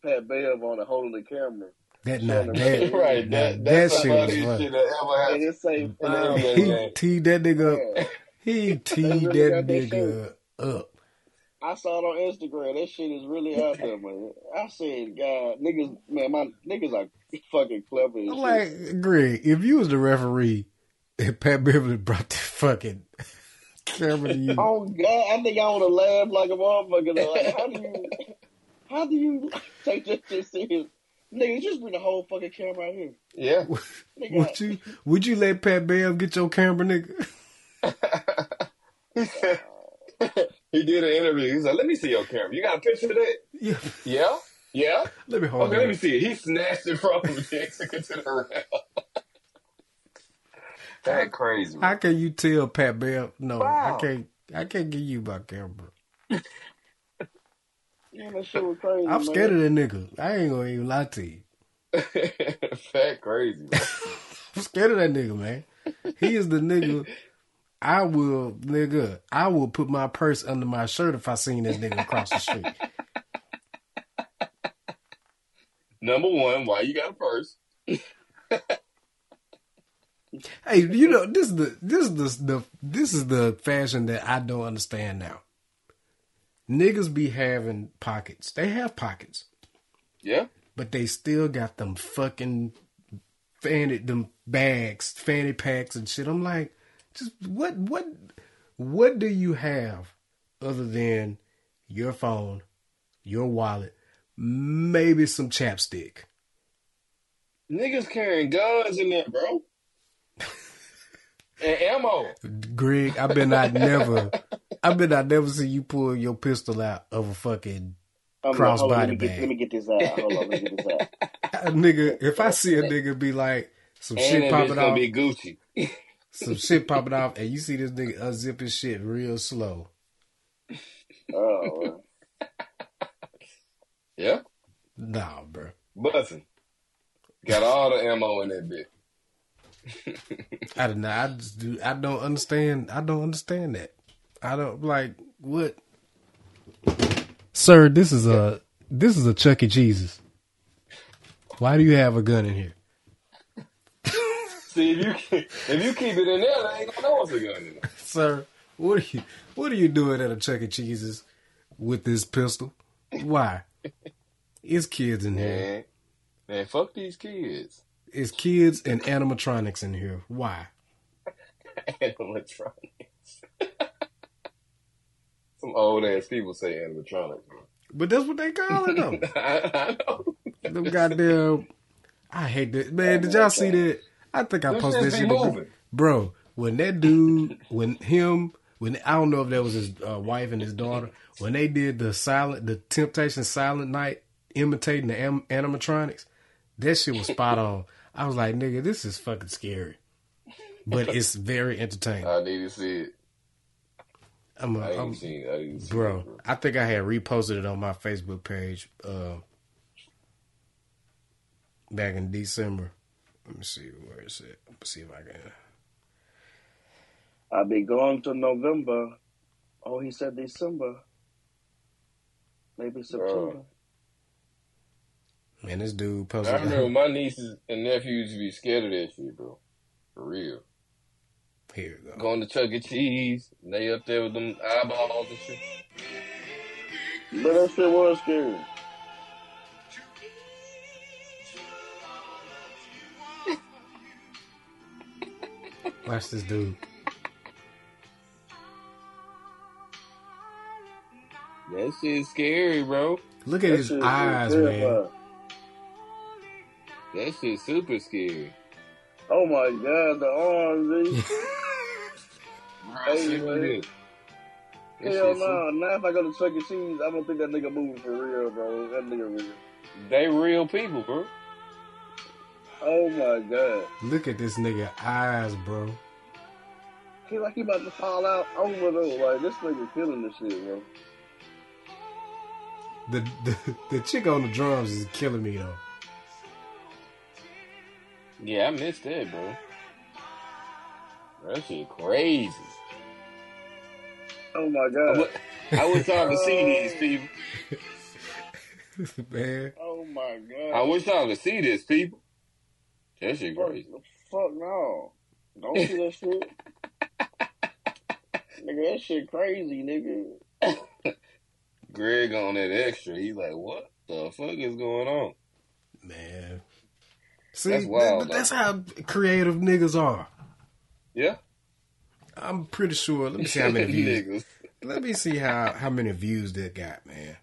Pat Bev on it holding the camera.
[LAUGHS]
That
Showing
not
the
that.
referee.
right.
Now, that
That, that's the
shit was
funniest
funny. Uh,
shit that ever
And
happened
it say
in the
foul.
NBA
He
game.
teed that nigga up.
Yeah.
He
They
teed
really
that
got that
nigga up.
I saw it on Instagram. That shit is really out there, man. I said, God, niggas, man, my niggas are fucking clever
I'm
and shit.
like, Greg, if you was the referee and Pat Beverly brought that fucking camera to you,
Oh God, I think I would have laughed like a motherfucker. though. Like, how do you, how do you [LAUGHS] take that shit serious? Nigga, just bring the whole fucking camera out here.
Yeah.
Nigga,
would you would you let Pat Bev get your camera, nigga? [LAUGHS]
he said he did an interview. He was like, "Let me see your camera. You got a picture of that?
Yeah.
Yeah, yeah.
Let me hold
Okay, let me
it.
see it." He snatched it from [LAUGHS] him and took it to the rail. That crazy. [LAUGHS]
How can you tell Pat Bev? No,
Wow.
I can't. I can't give you my camera.
man, that shit was
Oh,
crazy,
I'm
man.
scared of that nigga. I ain't gonna even lie to you.
Fat crazy, man.
I'm scared of that nigga, man. He is the nigga. I will, nigga. I will put my purse under my shirt if I seen this nigga across the street.
Number one, why you got a purse?
Hey, you know this is the this is the, the this is the fashion that I don't understand now. Niggas be having pockets. They have pockets,
Yeah,
but they still got them fucking fanny them bags, fanny packs and shit. I'm like, just what what what do you have other than your phone, your wallet, maybe some chapstick?
niggas carrying guns in there,
[LAUGHS]
bro, and ammo.
Greg, I bet I never I bet I never see you pull your pistol out of a fucking
I'm like, hold on, let
crossbody
me get,
bag.
let me get this out. Hold on, let me get this
[LAUGHS]
out.
A nigga, if I see a nigga be like some
And
shit
that bitch
popping
gonna
off,
be Gucci.
some shit popping off, and you see this nigga unzip his shit real slow.
Oh, man.
Yeah,
Nah, bro.
bussin'. Got all the ammo in that bitch.
I don't know. I just do. I don't understand. I don't understand that. I don't like what. Sir, this is a this is a Chuck E. Cheese's. Why do you have a gun in here?
See if you keep, if you keep it in there, they ain't gonna know it's a gun in there.
Sir, what are you what are you doing at a Chuck E. Cheese's with this pistol? Why? It's kids in here.
Man, man, fuck these kids. [LAUGHS]
It's kids and animatronics in here. Why?
animatronics. [LAUGHS] Some old ass people say animatronics.
But that's what they calling
[LAUGHS]
them.
I, [LAUGHS] I know.
them goddamn. I hate that man. Did y'all see that? I think I
Them
posted that
shits be
shit, before.
moving.
bro. when that dude, when him, when I don't know if that was his uh, wife and his daughter, when they did the silent, the Temptation Silent Night imitating the am- animatronics, that shit was spot on. I was like, nigga, this is fucking scary, but it's very entertaining.
I need to see it.
I'm, a,
I
I'm
ain't seen it. I didn't see
bro,
it.
I think I had reposted it on my Facebook page uh, back in December. Let me see where it's at. Let me see if I can.
I'll be gone till November. Oh, he said December. Maybe September.
Man, this dude
I
posted.
remember my nieces and nephews used to be scared of that shit, bro. For real.
Here we go.
Going to Chuck E. Cheese, and they up there with them eyeballs and shit.
But that shit was scary.
Watch this dude.
That shit's scary, bro.
Look at
That
his
shit was
eyes, man.
terrifying.
That shit's super scary.
Oh my god, the arms.
Bro,
Hey,
seriously.
man.
That
eh? Hell
shit's super-
no. Now if I go to Chuck E. Cheese, I don't think that nigga moving for real, bro. That nigga real.
They real people, bro.
Oh my god.
Look at this nigga eyes, bro.
He like he about to fall out over though. Like this nigga killing this shit, bro.
The, the the chick on the drums is killing me though. [LAUGHS]
Yeah, I missed that, bro. That shit crazy.
Oh my
I
god.
wa- I wish y'all could see these people.
man,
Oh my
I
god.
wish y'all could see this people. That shit
Fuck,
crazy.
fuck no. Don't see that
[LAUGHS]
shit. nigga, that shit crazy, nigga.
Greg on that extra. He's like, what the fuck is going on?
man. See,
That's
th-
wild,
but that's how creative niggas are.
Yeah.
I'm pretty sure. Let me
[LAUGHS]
see how many views.
Niggas.
Let me see how how many views that got, man.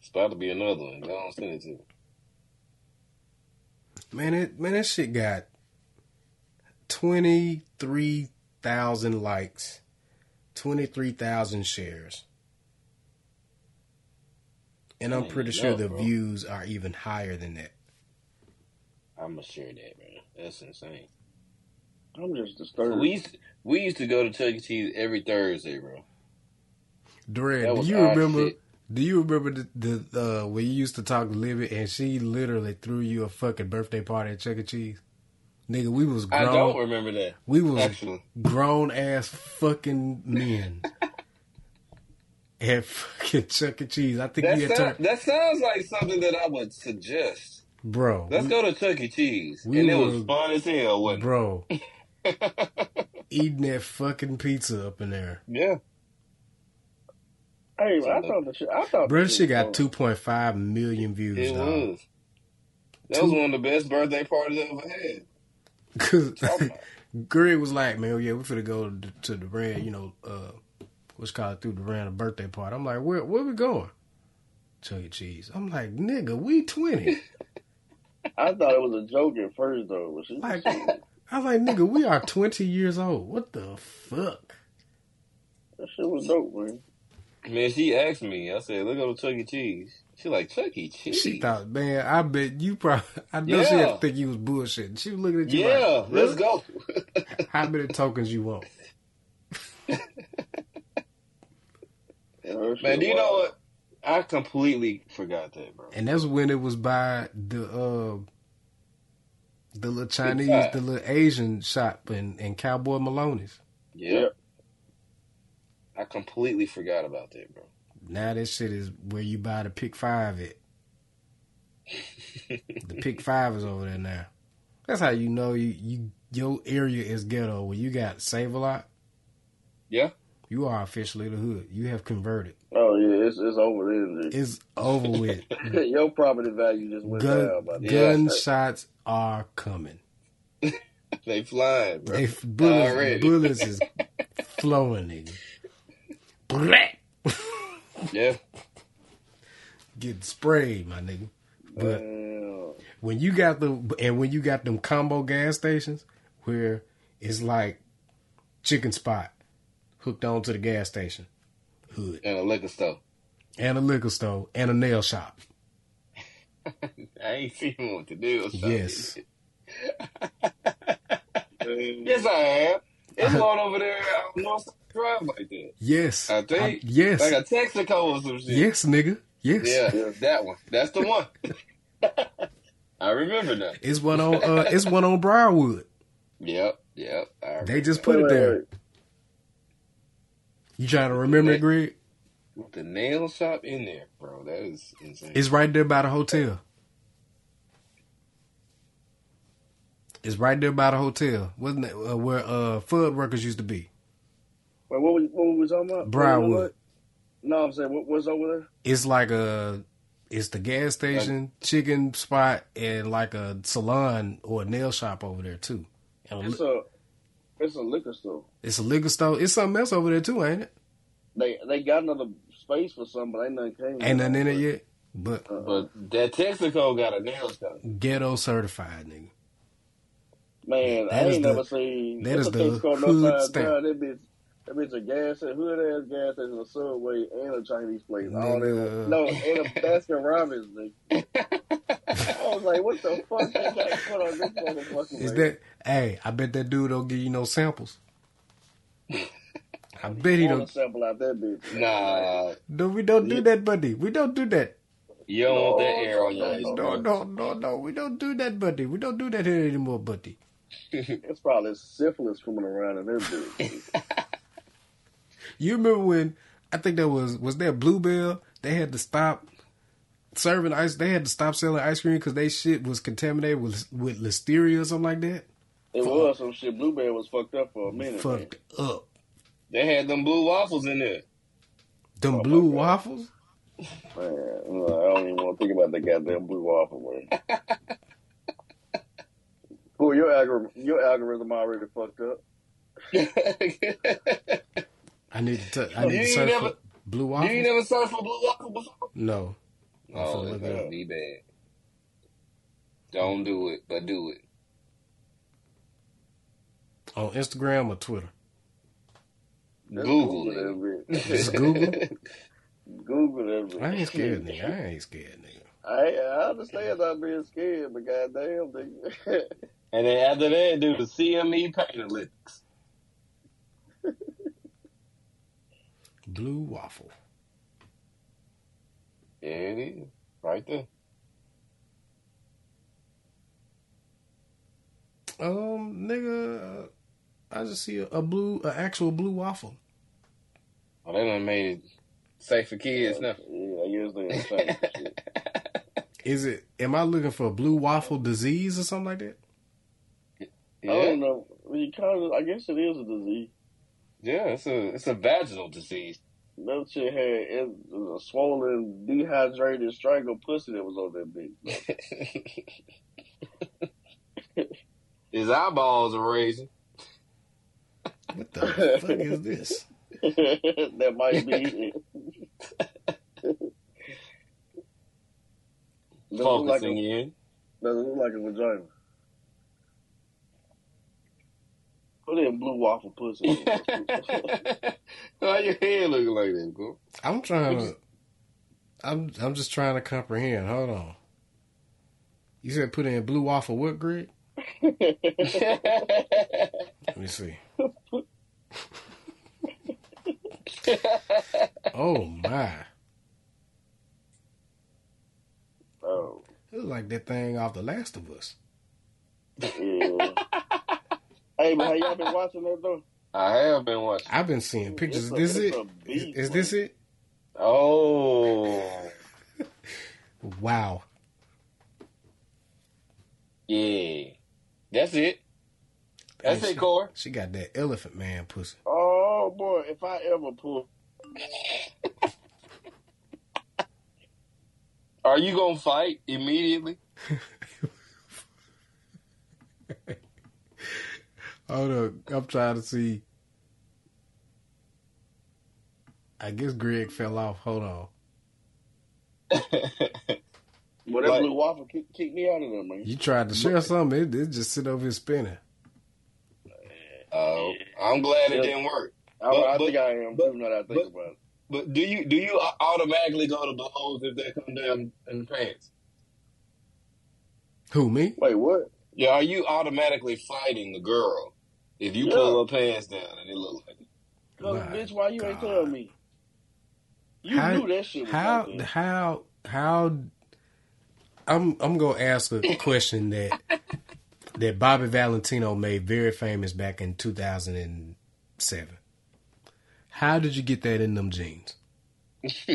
It's about to be another one. Go on, send it to me.
Man, it man that shit got twenty three thousand likes, twenty three thousand shares, and I'm
Ain't
pretty
enough,
sure the
bro.
views are even higher than that.
I'ma share that, man. That's insane.
I'm just
So
disturbed.
we used to, we used to go to Chuck E. Cheese every Thursday, bro.
Dred,
That
do
was
you
our
remember?
shit.
Do you remember the, the uh, when you used to talk to Libby and she literally threw you a fucking birthday party at Chuck E. Cheese? Nigga, we was
I don't
grown.
remember that
We was
actually.
grown ass fucking men at fucking Chuck E. Cheese. I think
That
you had
sound,
turned,
that sounds like something that I would suggest.
bro.
Let's
we-
go to Chuck E. Cheese,
we
and it was
were-
fun as hell, wasn't it? [LAUGHS]
bro, eating that fucking pizza up in there.
yeah.
Hey,
So
I
look,
thought the shit. I thought the
Bro,
shit
she
was
got
fun.
2.5 million views,
it
dog.
was. That was
Two,
one of the best birthday parties I ever had.
[LAUGHS] cause
Talking
[LAUGHS]
about
Greg was like, man, oh, yeah, we finna go to, to the brand, you know, uh, what's called through the brand a birthday party. I'm like, where, where we going? Chuck E. Cheese. I'm like, nigga, we 20.
I thought it was a joke at first though. But she,
Like,
she,
I was like, nigga, we are 20 years old. What the fuck?
that shit was dope, man.
man, she asked me. I said, "Let's go to Chuck E. Cheese." She like Chuck E.
She
Cheese.
thought, man, I bet you probably, I know she had to
Yeah,
think you was bullshitting. She was looking at you
yeah.
like,
Let's
really?
go. [LAUGHS]
How many tokens you want?
Yeah, that
Man,
shit
do you know
wild.
what? I completely forgot that, bro.
And that's when it was by the, uh, the little
Big
Chinese,
five.
the little Asian shop and, and Cowboy Maloney's.
Yep.
Yep.
I completely forgot about that, bro. [LAUGHS]
Now that shit is where you buy the pick five at. The pick five is over there now. That's how you know you, you your area is ghetto. When you got save a lot,
yeah.
you are officially the hood. You have converted.
Oh yeah, it's it's over there.
It's
[LAUGHS]
over with.
G. Your property value just went
Gun
down by the
Yeah.
end of
gunshots are coming.
They flying, bro.
They bullets
Already.
bullets
[LAUGHS]
is flowing, nigga. Black.
Yeah.
Getting sprayed, my nigga.
that.
But
Damn.
when you got the and when you got them combo gas stations where it's like chicken spot hooked on to the gas station hood
and a liquor store.
and a liquor store and a nail shop.
I ain't [LAUGHS] seen him with the deal. so-
Yes.
yes, I have.
[LAUGHS]
It's one over there on North Drive right there.
Yes,
I think.
I- yes,
Like a Texaco or some shit.
yes, nigga, yes.
Yeah, that one. That's the one. [LAUGHS] I remember that.
It's one on uh, it's one on Briarwood.
Yep, yep. I
They
remember
just
that.
put
Wait,
it
wait,
there.
wait.
You trying to remember it, Greg?
With the nail shop in there, bro. That is insane.
It's right there by the hotel. It's right there by the hotel, wasn't it? Uh, where uh, Fud Workers used to be.
Wait, what was what we was talking about?
Briarwood.
What was it? No, I'm saying what was over there?
It's like a, it's the gas station, chicken spot, and like a salon or a nail shop over there too. And a
It's
li-
a it's a liquor store.
it's a liquor store. It's something else over there too, ain't it?
They they got another space for some, but ain't nothing came.
Ain't nothing in it yet, but
Uh,
but that Texaco got a nail shop.
ghetto certified, nigga.
man,
That
I
is
ain't
the-
never seen.
that
it's
is
a
the
place called
hood
Northside
stamp.
Drive. That bitch, that bitch a gas station, hood ass gas station, a subway, and a Chinese place. All they
Nigga.
no, and a Baskin Robbins. Nigga. I was like, what the fuck they got put on this motherfucker?
Is
man?
that? Hey, I bet that dude don't give you no samples. I bet he
want a
don't.
sample out that bitch? man.
Nah,
No, we don't do that, buddy. We don't do that.
you don't want that air on your
No, no,
eyes.
no,
No, no, no, no. We don't do that, buddy. We don't do that here anymore, buddy.
It's probably syphilis coming around in that
[LAUGHS]
bitch.
You remember when I think that was was that Bluebell? They had to stop serving ice. They had to stop selling ice cream because they shit was contaminated with with listeria or something like that.
It was some shit. Blueberry was fucked up for a minute. man.
Fucked up.
They had them blue waffles in there. [LAUGHS]
Them
my
blue
God.
waffles.
Man, no, I don't even want to think about that goddamn blue waffle, man.
[LAUGHS]
Boy, your algorithm, your algorithm already fucked up.
you ain't
I need to. T- I need to
You ain't
search
never-
for blue waffles.
never searched for blue waffle before?
no. I'm
Oh,
finna
it's
look
gonna
it up.
be bad. Don't do it, but do it.
on Instagram or Twitter.
Just
Google it.
Google that bitch. [LAUGHS]
Just
[LAUGHS]
Google.
Google that
I
bitch.
ain't scared, nigga. I ain't scared, nigga.
I, I understand not being scared, but goddamn, nigga.
And then after that, do the E CME paint analytics.
Blue waffle.
There it is, right there.
Um, nigga, uh, I just see a, a blue, an actual blue waffle.
Oh, they done made it safe for kids now.
[LAUGHS] yeah, I
[LAUGHS]
guess they're insane. shit.
Is it? Am I looking for a blue waffle disease or something like that?
I don't
Yeah,
know. You kind of, I guess it is a disease.
yeah. It's a it's a vaginal disease.
That shit had it was a swollen, dehydrated, strangled pussy that was on that bitch. [LAUGHS]
[LAUGHS] His eyeballs are raising.
What the fuck is this?
that might be it. [LAUGHS] Doesn't look like
focusing
a,
in.
doesn't look like a vagina. Put in blue waffle pussy.
[LAUGHS]
[LAUGHS]
Why your head looking like that, bro?
I'm trying
What
to. I'm I'm just trying to comprehend. Hold on. You said put in blue waffle what grid? Let me see. oh my!
oh,
It was like that thing off The Last of Us.
yeah. hey, but have y'all been watching that though?
[LAUGHS] I have been watching.
I've been seeing pictures.
It's a-
Is this
it's
it?
a
Is,
beast,
is this it?
Oh,
Wow.
yeah. That's it. That's
Man,
it,
she-
Core.
She got that elephant man pussy.
Oh boy, if I ever pull,
Are you gonna fight [LAUGHS] immediately?
Hold up. I'm trying to see. I guess Greg fell off. Hold on.
Well, that
Like-
blue waffle kicked kick me out of there, man.
You tried to share something, it, it just sit over here spinning.
Uh, I'm glad it
Yeah.
didn't work.
I,
But-
I
but-
think I am
but-
too. Now that I
but-
think about it.
But do you do you au- automatically go to blows if they come down in the pants?
Who me?
Wait, what?
Yeah, are you automatically fighting the girl if you
Yeah.
pull her pants down and it look like?
Cause
My
bitch, why you ain't
God.
tell me? You
How-
knew that shit was
How?
like that.
How? How? I'm I'm gonna ask a question that [LAUGHS] that Bobby Valentino made very famous back in 2007. How did you get that in them jeans?
[LAUGHS]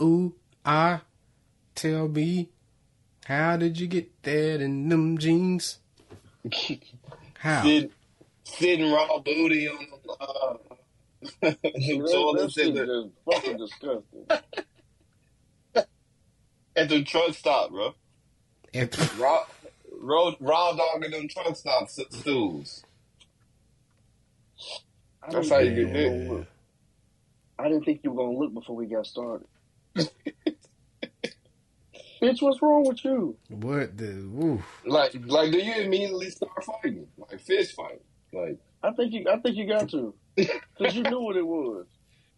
Ooh, ah, tell me, how did you get that in them [LAUGHS] jeans? How?
Sit, sitting raw booty on the, uh, [LAUGHS] the
That,
toilet
that
at
shit
the,
just fucking
[LAUGHS]
disgusting.
at the truck stop, bro.
And- [LAUGHS]
Raw, raw, raw dogging them truck stop s- stools.
I
That's
didn't
how
think
you
were
get that.
gonna look. I didn't think you were gonna look before we got
[LAUGHS]
started. bitch, what's wrong with you?
[LAUGHS] what the? Oof.
Like, like, do you immediately start fighting, like fist fighting? Like,
I think you. I think you got
[LAUGHS]
to. Cause you knew what it was.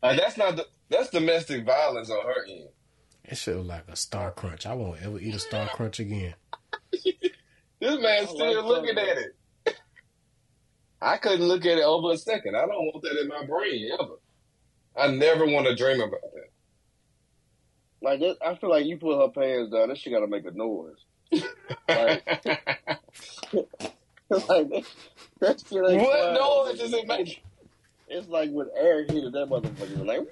uh, that's not the, that's domestic violence on her end.
That shit was like a star crunch. I won't ever eat a star crunch again.
This man's
I
still
like
looking
that.
at it. [LAUGHS] I couldn't look at it over a second. I don't want that in my brain ever. I never want to dream about that.
Like that, I feel like you put her pants down. That shit gotta make a noise.
[LAUGHS]
Like, [LAUGHS] like that, that shit ain't
what
flying.
noise is it making?
It's like when air hit it, that motherfucker was like, like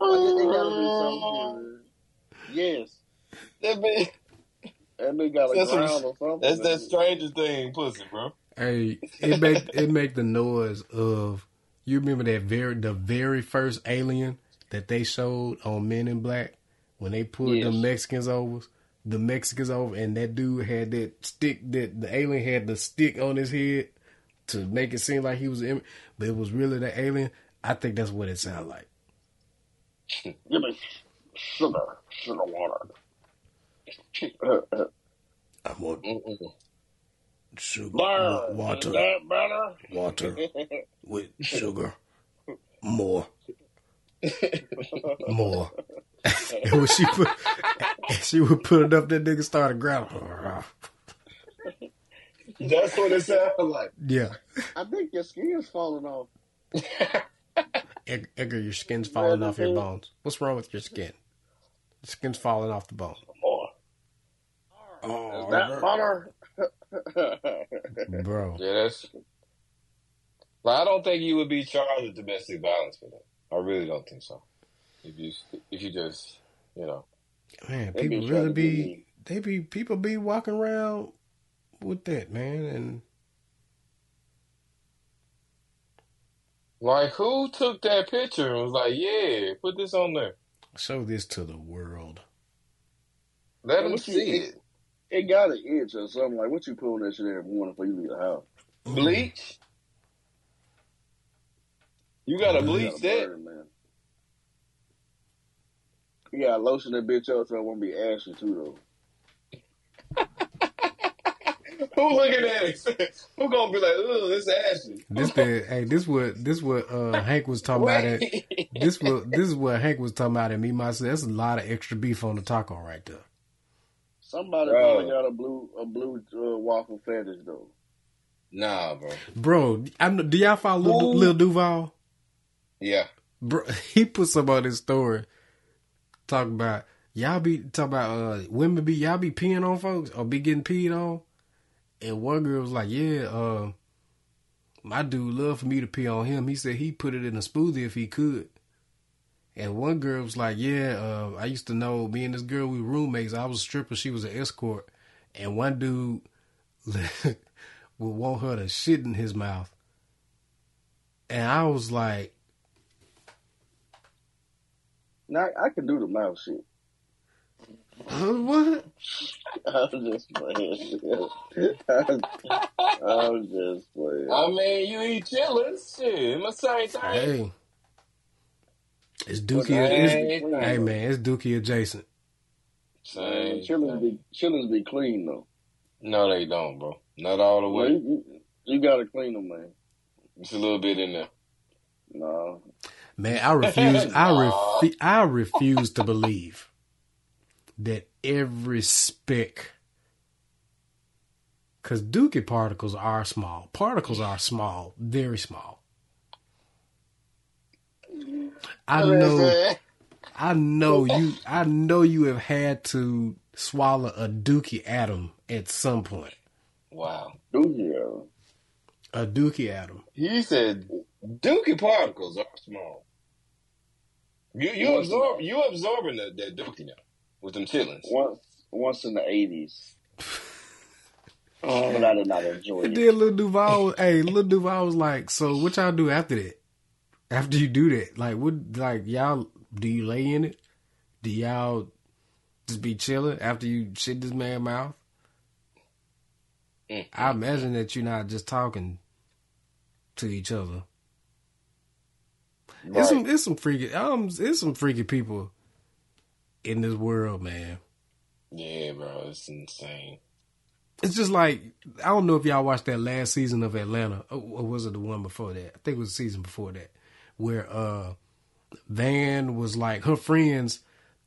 it gotta be something. Yes,
[LAUGHS] That be-
that bitch got a
That's some-
ground or something.
that's that Stranger Thing pussy, bro.
Hey, it make it make the noise of you remember that very the very first alien that they showed on Men in Black when they pulled the
Yes.
Mexicans over, the Mexicans over, and that dude had that stick that the alien had the stick on his head to make it seem like he was, in, but it was really the alien. I think that's what it sounded like.
Give me sugar, sugar water.
I want
Mm-mm.
sugar,
Burn. Is that better?
water with sugar, [LAUGHS] more, more. [LAUGHS] And when she put, and she would put it up, that nigga started growling.
That's what it sounds like.
Yeah,
[LAUGHS] I think your skin's falling off. [LAUGHS]
Ed- Edgar, your skin's falling off your bones. What's wrong with your skin? The skin's falling off the bone.
More. Is that
Oh,
butter?
bro,
Yeah, that's. Like, I don't think you would be charged with domestic violence for that. I really don't think so. If you if you just you know
man,
That
people
bitch tried
really
to get
be
me.
they be people be walking around with that man, and
like who took that picture and was like, yeah, put this on there.
show this to the world.
Let
Yeah,
them
what you-
see it.
It got an itch or something. Like, what you pulling that shit every morning before you leave the house?
Bleach. You gotta
Bleach.
You
bleach
gotta
that.
burn, man. You gotta lotion that bitch up so it won't be ashy, too, though.
[LAUGHS] Who looking at it? [LAUGHS] Who gonna be like, ooh, this ashy?
[LAUGHS] This the hey, this what this what uh, Hank was talking about. At,
Wait. [LAUGHS]
this what this is what Hank was talking about. And me myself, that's a lot of extra beef on the taco right there.
Somebody
Bro.
Oh.
probably got a blue a blue uh, waffle fetish though.
Nah, bro.
Bro, I know, do y'all follow Lil,
Who?
Lil Duval?
Yeah.
Bro, [LAUGHS] he put some on his story. Talk about y'all be talking about uh, women be y'all be peeing on folks or be getting peed on. And one girl was like, "Yeah, uh, my dude loved for me to pee on him. He said he put it in a smoothie if he could." And one girl was like, "Yeah, uh, I used to know me and this girl we were roommates. I was a stripper, she was an escort, and one dude [LAUGHS] would want her to shit in his mouth." And I was like,
Now I can do the mouth shit.
Uh, what?
I'm just playing. I'm, I'm just playing.
I mean, you eat chillin', shit. It's the same thing.
Hey, It's Dookie. It's, hey man, it's Dookie adjacent.
Man,
Same.
chillings be chillings be clean though.
No, they don't, bro. Not all the
Well,
way.
you, you, you gotta clean them, man.
It's a little bit in there.
No,
Man, I refuse. I
Aw.
refi- I refuse to believe that every speck, because Dookie particles are small. Particles are small, very small. I know. I know you. I know you have had to swallow a Dookie atom at some point.
[LAUGHS] Wow.
do you?
A Dookie atom.
You said dookie particles are small. You you
What's
absorb you absorbing that, that dookie now with them chillings.
Once once in the eighties,
Oh,
but I did not enjoy
And
it.
then Lil Duval, was- hey, Lil Duval was like, "So what y'all do after that? After you do that, like what? Like y'all do you lay in it? Do y'all just be chilling after you shit this man mouth?
Mm.
I imagine that you're not just talking to each other. It's some, it's some freaky, um, it's some freaky people in this world, man.
Yeah, bro, it's insane.
It's just like I don't know if y'all watched that last season of Atlanta, or or was it the one before that? I think it was the season before that, where uh Van was like her friends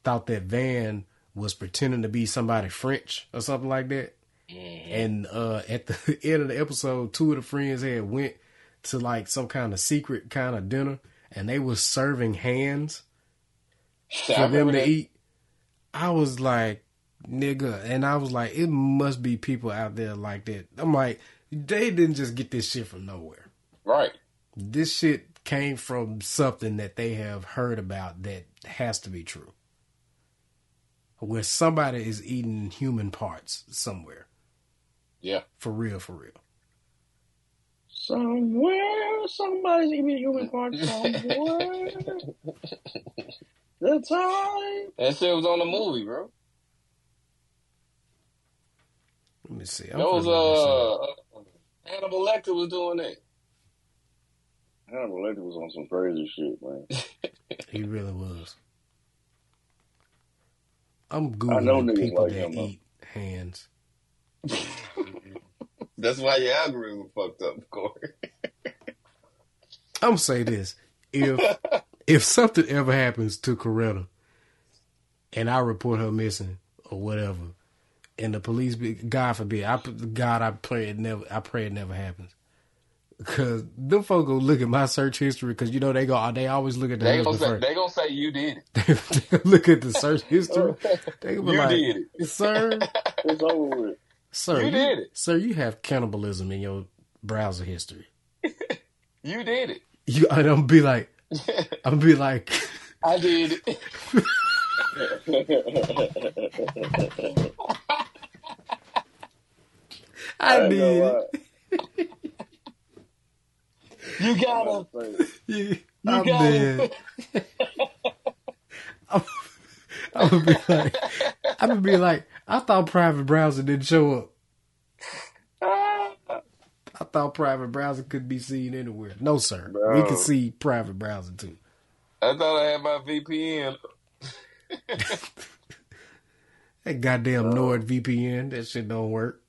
thought that Van was pretending to be somebody French or something like that,
Mhm.
and uh at the [LAUGHS] end of the episode, two of the friends had went to like some kind of secret kind of dinner, and they was serving hands
So I
for them
remember
to
that.
eat. I was like, nigga, and I was like, it must be people out there like that. I'm like, they didn't just get this shit from nowhere.
Right.
This shit came from something that they have heard about that has to be true. Where somebody is eating human parts somewhere.
Yeah.
For real, for real.
Somewhere, somebody's gonna be a human part somewhere. the time.
That shit was on the movie, bro.
Let me see. I'm
That was
finna look this up.
uh, uh Hannibal Lecter was doing that.
Hannibal Lecter was on some crazy shit, man. uh,
He really was. I'm
I know
googling
niggas
people
like
that
him, though.
eat hands.
That's why your algorithm fucked up, Corey.
I'm gonna say this: if [LAUGHS] if something ever happens to Coretta, and I report her missing or whatever, and the police, be, God forbid, I God, I pray it never, I pray it never happens, because them folk gonna look at my search history because you know they go, oh, they always look at the
They gonna
husband
say
first. [LAUGHS]
they gonna say you did it.
They, gonna look at the search
[LAUGHS]
history. They gonna be
You
like,
did
[LAUGHS] sir,
It's over with.
sir,
You did it.
sir, you have cannibalism in your browser history.
You did it.
You, and I'm be
[LAUGHS]
like, I'm be like.
I did it.
[LAUGHS] I
I,
ain't
did
gonna
it. [LAUGHS]
lie.
[LAUGHS] You
I'm
got him.
about to say,
Yeah, I'm
got
dead. [LAUGHS] I'm, I'm gonna be like, I'm gonna be like, I thought Private Browser didn't show up.
Ah!
I thought Private Browser could be seen anywhere. No, sir, we
Bro.
can see Private Browser too.
I thought I had my VPN.
That goddamn NordVPN, that shit don't work.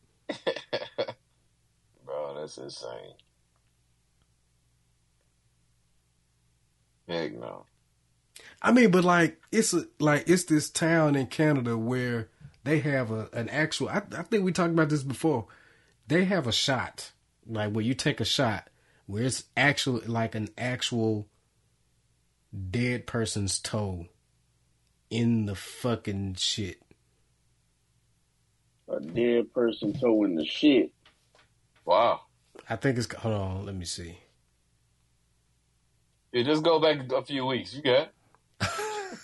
Bro, that's insane. Heck no.
I mean, but like, it's a, like it's this town in Canada where they have a an actual. I, I think we talked about this before. They have a shot, like where you take a shot, where it's actually like an actual dead person's toe in the fucking shit.
a dead person towing the shit.
Wow.
I think it's. Hold on, let me see.
You just go back a few weeks. You got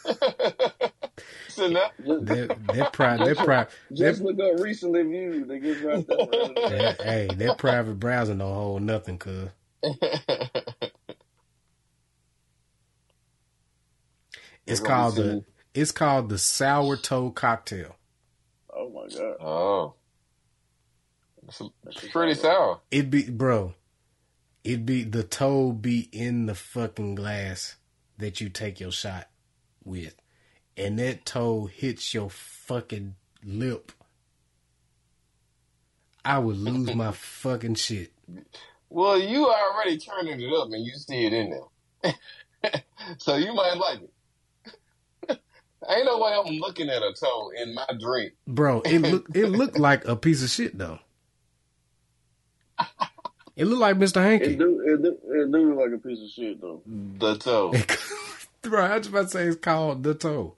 it. [LAUGHS] so now, [LAUGHS]
Just,
That that private that private
just
that,
look up recently viewed. They get right there.
[LAUGHS] that- hey that private browsing don't hold nothing, cuz it's
They're gonna be
called the
sending-
it's called the sour toe cocktail.
Oh my god.
Oh. It's
That's just
pretty
all right.
sour.
It be bro, it be the toe be in the fucking glass that you take your shot with, and that toe hits your fucking lip, I would lose my fucking shit.
Well, you already turning it up and you see it in there. [LAUGHS] so you might like it. [LAUGHS] Ain't no way I'm looking at a toe in my drink.
Bro, it look it looked like a piece of shit though. It looked like Mr.
It
Hanky.
do, it do, it do look like a piece of shit though.
[LAUGHS]
The toe.
Bro, I was about to say it's called the toe.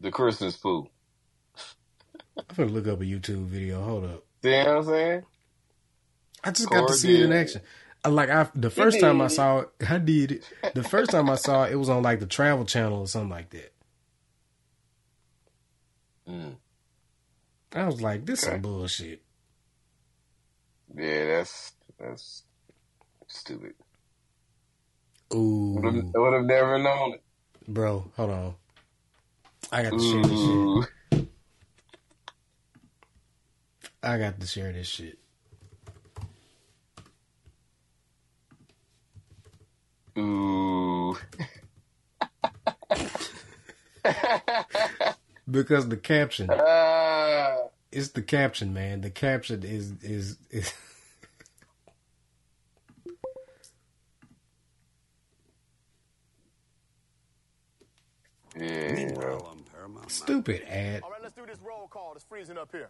The Christmas poo.
I'm gonna look up a YouTube video. Hold up.
See what I'm saying?
I just got to
Corey
see it in
did.
action. I- Like I, the first time I saw it, [LAUGHS] I did it. The first time I saw it, it was on like the Travel Channel or something like that.
Mm.
I was like, this
Okay.
some bullshit.
Yeah, that's that's stupid. Would have,
Ooh,
would have never known it.
bro, hold on. I got to share this shit.
Ooh.
I got to share this shit.
Ooh.
because the caption
Ah.
it's the caption man the caption is is, is [LAUGHS]
yeah, bro.
stupid ad
All right, let's do this roll call. It's freezing up here.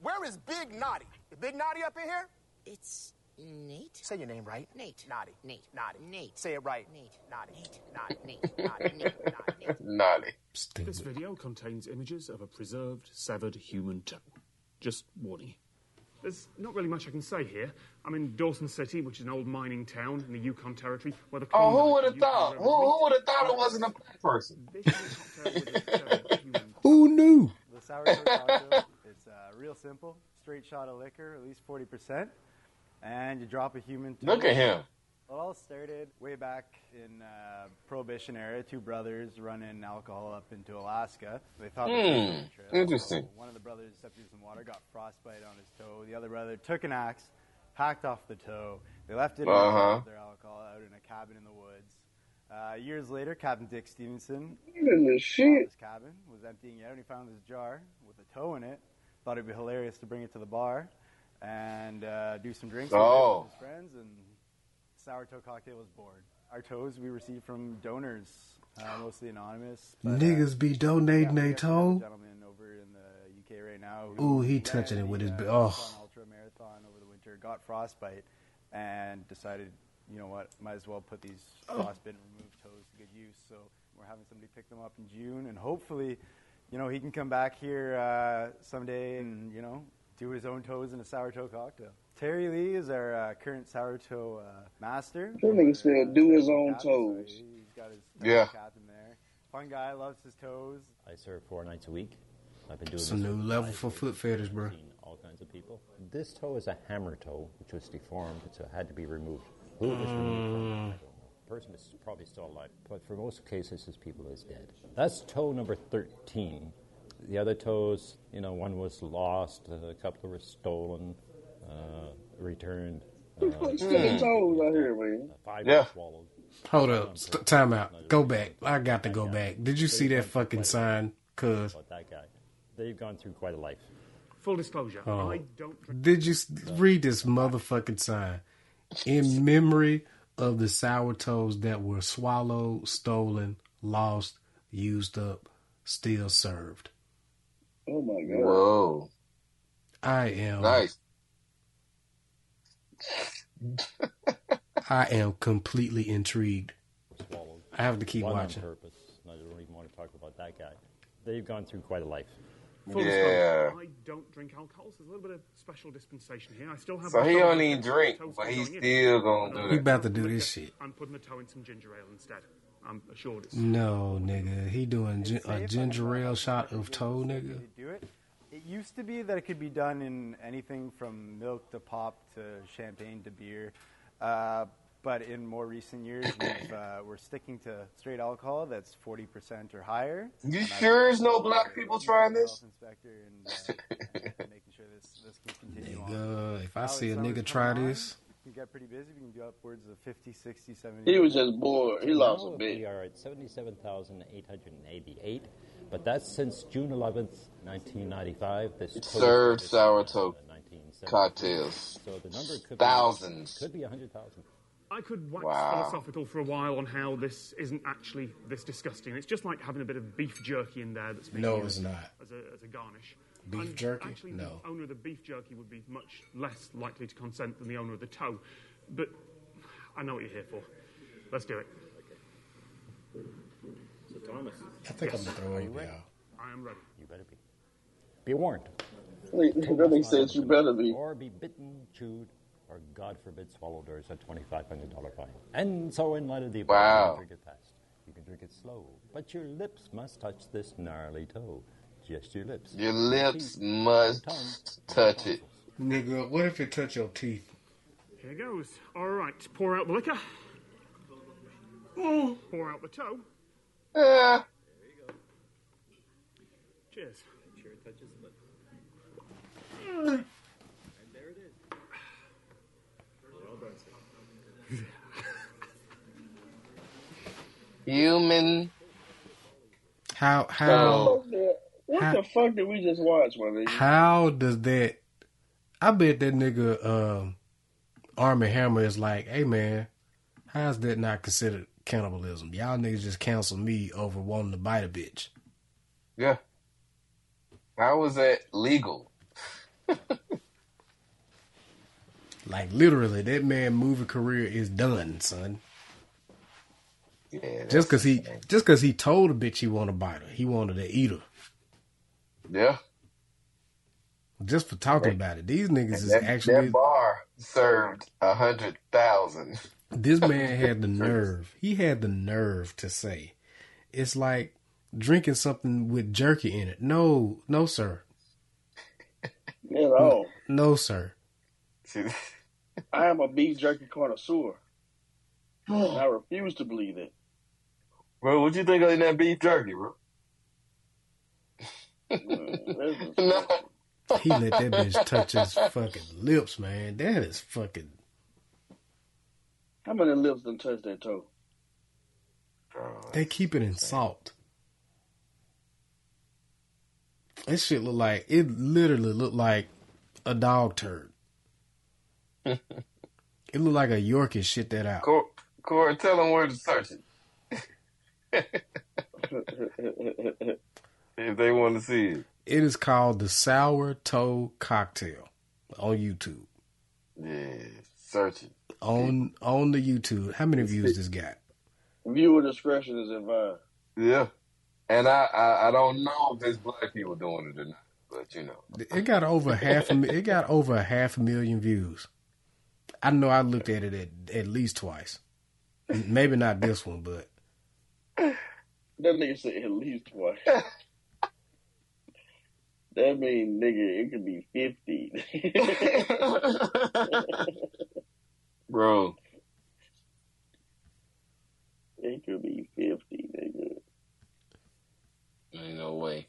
Where is Big Naughty? Is Big Naughty up in here?
It's Nate.
Say your name right.
Nate.
Naughty.
Nate.
Naughty.
Nate.
Say it right.
Nate.
Naughty.
Nate.
Naughty.
Nate.
Naughty.
Nate.
Naughty.
Naughty.
[LAUGHS] This
stupid
video contains images of a preserved, severed human toe. Just warning. There's not really much I can say here. I'm in Dawson City, which is an old mining town in the Yukon Territory, where the
Oh,
Klondike
who would have
and
thought? Who,
Yukon River
who
meet.
would have thought it wasn't a black person?
This is a cocktail with a severed human
[LAUGHS]
who knew
The sour cream cocktail. It's uh, real simple. Straight shot of liquor, at least 40%. And you drop a human toe.
Look at him.
It all started way back in uh, Prohibition era. Two brothers running alcohol up into Alaska. They thought they were on a trail.
Hmm. interesting.
So one of the brothers stepped into some water, got frostbite on his toe. The other brother took an axe, hacked off the toe. They left it in
Uh-huh.
their alcohol out in a cabin in the woods. Uh, years later, Captain Dick Stevenson
Even the shit.
his cabin, was emptying it out, and he found this jar with a toe in it. Thought it'd be hilarious to bring it to the bar and uh, do some drinks with it
Oh.
with his friends, and sour toe cocktail was born. Our toes we received from donors, uh, mostly anonymous. but, uh,
niggas be
yeah,
donating
we
their
got a
toe
Gentleman over in the UK right now.
Ooh, he
ran
touching it
the,
with his
uh,
bi- oh.
Yukon ultra marathon over the winter, got frostbite, and decided, you know what, might as well put these frostbitten removed toes to good use. So we're having somebody pick them up in June, and hopefully, you know, he can come back here uh, someday and you know do his own toes in a sour toe cocktail. Terry Lee is our uh, current sour toe uh, master.
That nigga said do his own
Captain, so
toes.
he- He's got his
Yeah.
captain there. Fun guy, loves his toes.
I serve four nights a week. I've been doing
It's a
this
new
for
level
five
for
years.
foot fetish, bro.
I've seen All kinds of people. This toe is a hammer toe, which was deformed, so it had to be removed. Who it was removed from,
Mm.
I don't know. The person is probably still alive, but for most cases, this people is dead. That's toe number thirteen. The other toes, you know, one was lost, a couple were stolen, uh, returned. Uh,
Still toes out here, man.
five
Yeah.
were swallowed.
hold up St- time out go back i got to go back did you see that fucking sign cuz
But that guy, they've gone through quite a life.
Full disclosure,
Oh.
I don't drink
did you s- read this motherfucking sign in memory of the sour toes that were swallowed stolen lost used up still served
Oh my god.
Whoa.
I am
Nice.
I am completely intrigued.
were swallowed.
I have to keep
one
watching.
on purpose. and I don't even want to talk about that guy. They've gone through quite a life.
Full
Yeah.
disclosure, I don't drink alcohol, so there's a little bit of special dispensation here. I still have.
So
the
he
toe
don't
with
even
the
drink,
toes
but he's
going in. Uh-huh.
still gonna do
He
that.
about to do this shit.
I'm putting the toe in some ginger ale instead. I'm assured it's.
No, nigga, he doing gi-
It's
a
safe.
ginger
I don't
ale
know
shot
if
of
it's
toe,
safe
nigga.
to do it. It used to be that it could be done in anything from milk to pop to champagne to beer, uh, but in more recent years we've, uh, we're sticking to straight alcohol that's forty percent or higher.
You
And I've
sure
been
there's no
talking
black
to
people
the
trying
health
this?
Inspector and, uh, and making sure this this can continue on.
Nigga, if I
Now
see a
that summer's
nigga try
coming on,
this,
you can get pretty busy. We can do upwards of 50, 60, 70.
He was just bored. He lost
Now
a bit.
We are at 77,888, but that's since June 11th, 1995. This
It
total
served
is
sourdough
1970.
Cocktails.
So the number could
Thousands.
Be, could be 100,000.
I could wax
Wow.
philosophical for a while on how this isn't actually this disgusting. It's just like having a bit of beef jerky in there that's being
No,
used
it's not.
as a, as a garnish.
Beef jerky?
Actually,
No.
the owner of the beef jerky would be much less likely to consent than the owner of the toe. But I know what you're here for. Let's do it. So Thomas,
I think I'm gonna throw up, y'all.
I am ready.
You better be. Be warned.
That makes sense. You better be.
Or be bitten, chewed, or God forbid swallowed, or it's a $2,500 fine. And so, in light of the above,
Wow.
you can drink it fast. You can drink it slow, but your lips must touch this gnarly toe. Just your lips.
Your
No
lips
teeth,
must
no tongue, no
touch it.
tonsils.
Nigga, what if it touch your teeth?
Here goes. All right, pour out the liquor. Pour out the toe.
Yeah.
Cheers.
Human.
How how
Oh.
What the- What the fuck did we just watch, my nigga?
how does that? I bet that nigga um, Army Hammer is like, hey man, how's that not considered cannibalism? Y'all niggas just cancel me over wanting to bite a bitch.
Yeah. How was that legal?
Like literally, that man' movie career is done, son.
Yeah. that's-
Just cause he just cause he told a bitch he wanted to bite her, he wanted to eat her.
Yeah.
Just for talking about it, these niggas is
That,
actually
that bar served a hundred thousand.
This
[LAUGHS]
man had the nerve. He had the nerve to say, "It's like drinking something with jerky in it." No, no, sir.
You know,
No, sir.
I am a beef jerky connoisseur. and I refuse to believe it.
[LAUGHS] bro, what you think of that beef jerky, bro?
Mm,
[LAUGHS]
this is-
No.
He let that bitch touch his fucking lips, man. That is fucking.
How many lips done touch that toe?
Uh,
They keep it in salt. This shit look like it literally looked like a dog turd. it looked like a Yorkie shit that out.
Cor- Cor, tell them where to search it [LAUGHS] if they want to see it.
It is called the Sour Toe Cocktail on YouTube.
Yeah, search it.
on on the YouTube. How many views this got?
Viewer discretion is advised.
Yeah, and I, I I don't know if there's black people doing it or not, but you know,
It got over half. A, mi- it got over a half a million views. I know I looked at it at, at least twice. Maybe not this one, but
That nigga said at least
[LAUGHS]
twice. that mean, nigga, it could be 50.
bro,
[LAUGHS] it could be 50, nigga.
ain't no way.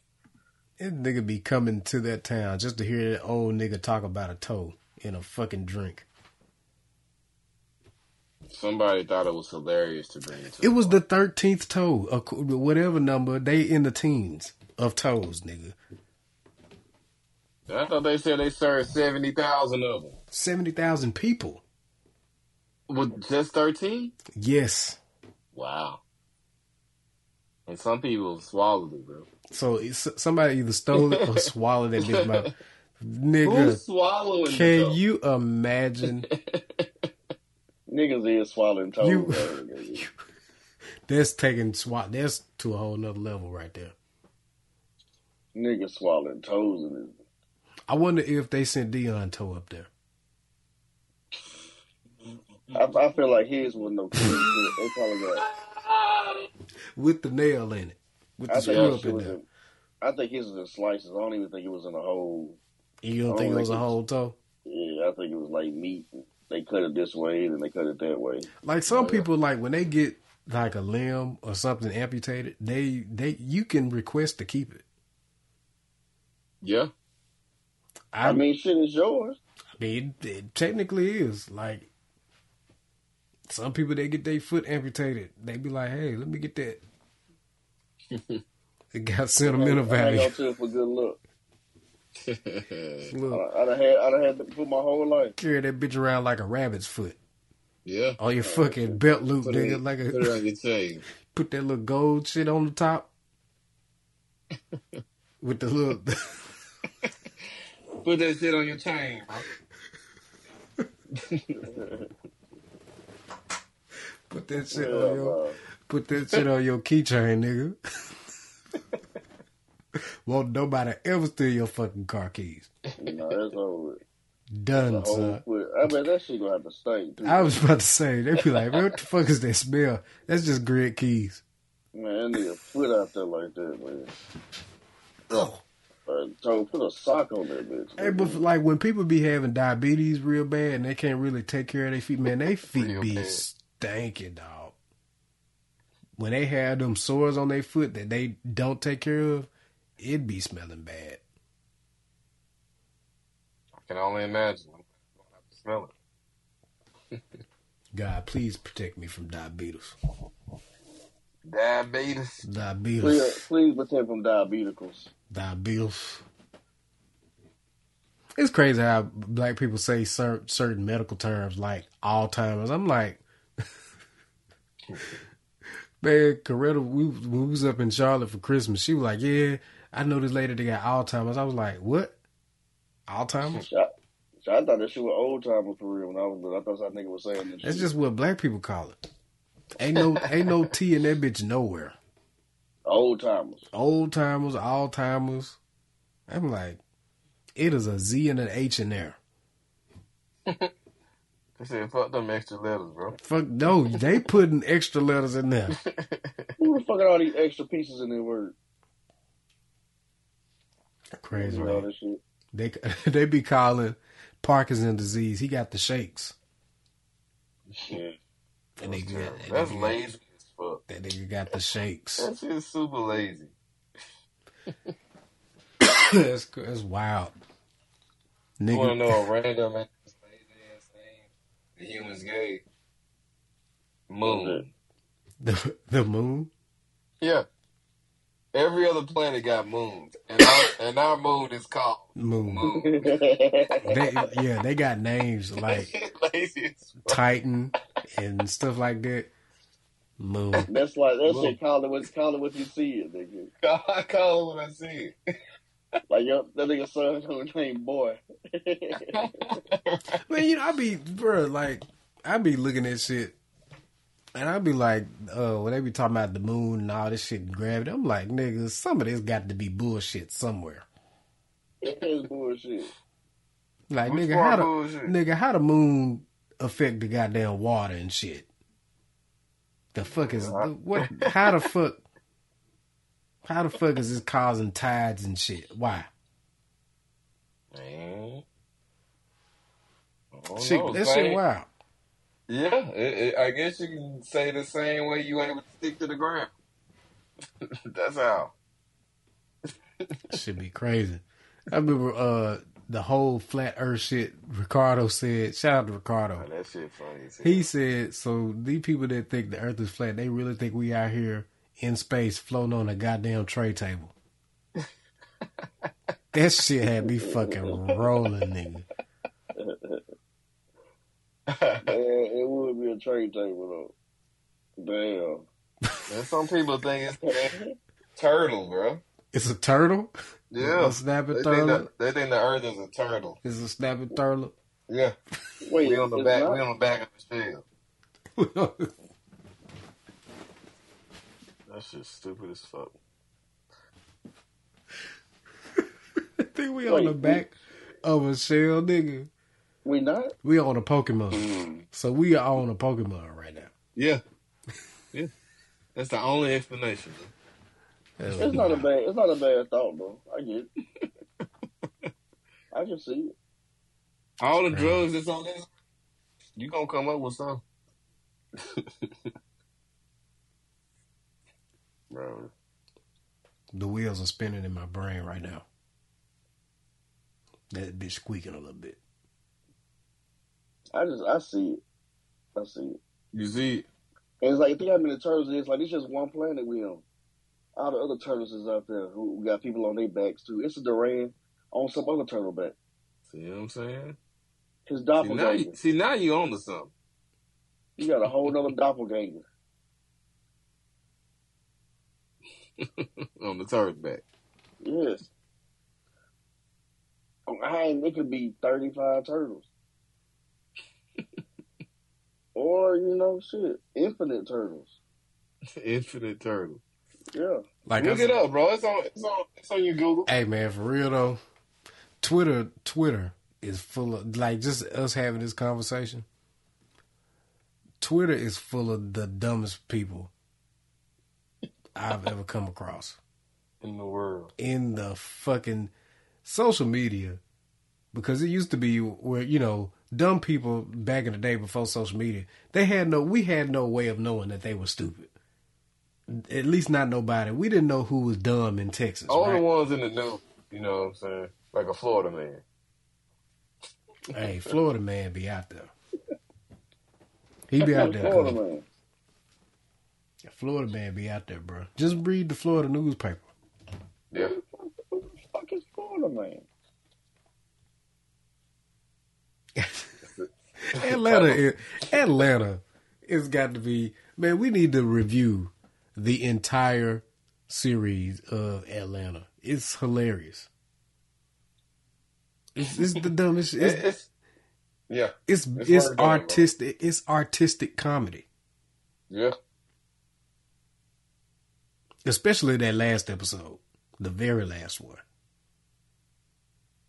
this nigga be coming to that town just to hear that old nigga talk about a toe in a fucking drink.
Somebody thought it was hilarious to bring it. To
It was the thirteenth toe, of co- whatever number they in the teens of toes, nigga.
I thought they said they served seventy thousand of them
Seventy thousand people.
with just thirteen.
Yes.
Wow. And some people swallowed it, bro.
So it's, somebody either stole it or swallowed that bitch mouth. Nigga,
Who's swallowing the
Can
dough?
you imagine?
Niggas is swallowing toes.
You-
though, nigga.
That's taking swat. That's to a whole nother level right there.
Niggas swallowing toes in this.
I wonder if they sent Dion Toe up there.
I,
Mm-hmm.
I feel like his was no clue. They probably got.
With the nail in it. With the
I think,
screw
his
up
shit
in
was
there.
in, I think his was in slices. I don't even think it was in a whole.
You don't
I
think it
don't
was a
like it.
whole toe?
Yeah, I think it was like meat. They cut it this way, then they cut it that way.
Like
Oh,
some people like when they get like a limb or something amputated, they they you can request to keep it.
yeah.
I,
I
mean,
mean, shit is yours.
it, it technically is like Some people they get their foot amputated. They be like, hey, let me get that.
[LAUGHS]
it got sentimental
I
value.
hang on to it for good look.
Look,
I, I done had I done had to put my whole life.
carry that bitch around like a rabbit's foot
yeah.
on your fucking belt loop,
Put
nigga.
it,
like [LAUGHS]
put it
a,
on your chain.
put that little gold shit on the
[LAUGHS]
top with the little. [LAUGHS]
Put that shit on your chain, bro.
Put that shit
Yeah,
on your
bro.
put that shit on your keychain, nigga.
[LAUGHS]
[LAUGHS] Won't nobody ever steal your fucking car keys.
No, that's over. with. The
Done,
whole
son.
foot. I mean, that shit gonna have to stink. Too.
I was about to say, they be like, man, what the fuck is that smell? That's just grid keys.
man, that nigga foot out there like that, man.
Oh.
Like, so put a sock on that bitch.
Hey, but like when people be having diabetes real bad and they can't really take care of their feet, man, they feet
Real
be
bad.
stinking, dog. When they have them sores on their foot that they don't take care of, it be smelling bad.
I can only imagine. I'm gonna have to smell it.
God, please protect me from diabetes.
Diabetes.
Diabetes.
please, please protect from diabeticals.
diabetes. It's crazy how black people say cer- certain medical terms like Alzheimer's. I'm like, [LAUGHS] man, Coretta, we, when we was up in Charlotte for Christmas, she was like, yeah, I know this lady that got Alzheimer's. I was like, what? Alzheimer's?
I, I thought that shit was old timer for real when I was little. I thought that nigga was saying that
That's
shit.
just what black people call it. Ain't no, ain't no T in that bitch nowhere.
old timers.
Old timers, all timers. I'm like, it is a Z and an H in there.
They said, fuck them extra letters, bro.
Fuck no, they putting extra letters in there.
Who the fuck are all these extra pieces in their word?
[LAUGHS] Crazy
all
man.
this shit. [LAUGHS]
They they [LAUGHS] be calling Parkinson disease. He got the shakes.
Yeah.
That nigga, got- that
That's
nigga got-
lazy as fuck.
That nigga got the
[LAUGHS]
shakes. [LAUGHS]
That shit's super lazy.
that's that's wild.
You want to
Nigga,
know a random ass lazy ass thing? The humans gay. Moon.
[LAUGHS] the, the moon.
Yeah. Every other planet got moons, and our, and our moon is called
Moon.
Moon.
They, yeah, they got names
[LAUGHS]
like
lazy as fuck.
Titan and stuff like that. Moon.
That's like that's
Well-
shit. Call it what call it what you see it, nigga.
I call it when I see it.
Like yo, that nigga son [LAUGHS] gonna name boy.
Man, you know, I be bro, like I be looking at shit, and I be like, uh, when they be talking about the moon and all this shit and gravity, I'm like, nigga, some of this got to be bullshit somewhere.
That's bullshit.
Like,
Which
nigga,
part
how the
bullshit?
nigga how the moon affect the goddamn water and shit? The fuck is what? How the fuck? How the fuck is this causing tides and shit? Why?
Man. I don't
Shit,
know,
that
planet-
shit wild.
Oh, Yeah, it, it, I guess you can say the same way you able to stick to the ground. [LAUGHS] That's how.
Should be crazy. I remember uh the whole flat earth shit Ricardo said, shout out to
Oh,
Ricardo.
that shit funny. as hell.
He said, so these people that think the earth is flat, they really think we out here in space floating on a goddamn
[LAUGHS]
tray table. that shit had me fucking rolling, nigga.
Man, it would be a trade table though.
And some people think it's a turtle, bro.
It's a turtle?
Yeah.
A snapping
They think,
turtle?
the, they think the earth is a turtle.
It's a snapping turtle. [LAUGHS]
Yeah.
Damn. Wait,
We on the
it's
back
not-
we on the back of the shell. That shit's stupid as fuck.
I [LAUGHS] think we on
Wait,
the back of a shell, nigga.
we not.
We on a
Hmm.
Pokemon. so we are on a Pokemon right now.
Yeah. Yeah. That's the only explanation.
That's
It's not a bad. It's not a bad thought though. I get. it.
[LAUGHS]
I can see it.
All the
Right.
drugs that's on this, you gonna come up with some. [LAUGHS] bro.
the wheels are spinning in my brain right now. That bitch squeaking a little bit.
I just. I see it. I see it.
You see,
And it's like, think how many turtles it is. Like, it's just one planet we on. All the other turtles is out there who got people on their backs, too. It's a Duran on some other turtle back.
see what I'm saying?
His
See now,
doppelganger.
you, see now you on to something.
You got a whole
[LAUGHS]
nother doppelganger.
on the turret back. [LAUGHS]
Yes. Oh, I ain't, it could be 35 turtles. or, you know, shit, infinite turtles.
Infinite Turtle.
Yeah.
Like I
Look
said,
it up, bro. It's on. It's on. It's on your Google.
Hey man, for real though, Twitter Twitter is full of like just us having this conversation. Twitter is full of the dumbest people I've ever come across
In the world,
in the fucking social media because it used to be where you know dumb people back in the day before social media they had no we had no way of knowing that they were stupid at least not nobody we didn't know who was dumb in texas
all
right?
the ones in the new. You know what I'm saying? Like a Florida man.
Hey, Florida man be out there. He be out
Who's
there.
Florida
'cause
man?
Florida man be out there, bro. Just read the Florida newspaper.
Yeah.
Who the fuck is Florida man?
Atlanta, is, Atlanta, it's got to be. Man, we need to review the entire series of Atlanta. It's hilarious. It's, it's the dumbest.
[LAUGHS] It's,
It's
it's yeah.
it's
it's
it's,
hard going, bro.
artistic. It's artistic comedy,
Yeah.
especially that last episode, the very last one.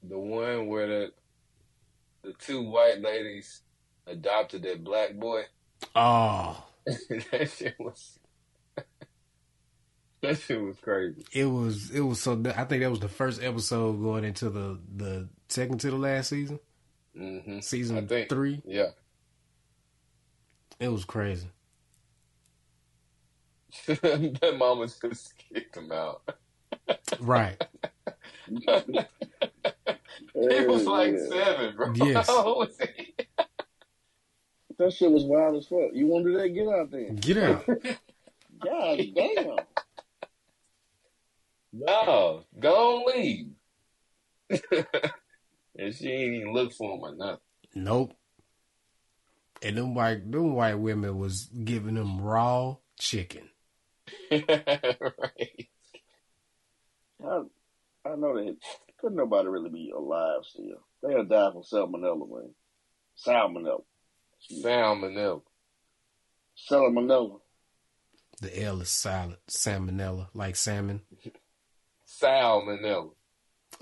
The one where the the two white ladies adopted that black boy.
Oh,
Ah. [LAUGHS] that shit was. [LAUGHS] that shit was crazy.
it was it was so I think that was the first episode going into the the second to the last season
hmm
season
I think.
three
Yeah. [LAUGHS]
it was crazy
that mama just kicked him out. [LAUGHS]
right
He was like
Yeah.
seven, bro. [LAUGHS]
Yes.
That shit was wild as fuck. You want to do that? Get out there.
get out
[LAUGHS]
God damn.
no, don't leave. [LAUGHS] and she ain't even look for him or nothing. [LAUGHS]
nope and them white them white women was giving them raw chicken
right.
I, I know that. Couldn't nobody really be alive still. They'll die from salmonella, man. Salmonella.
Salmonella.
Salmonella.
the L is silent salmonella like salmon
Salmonella.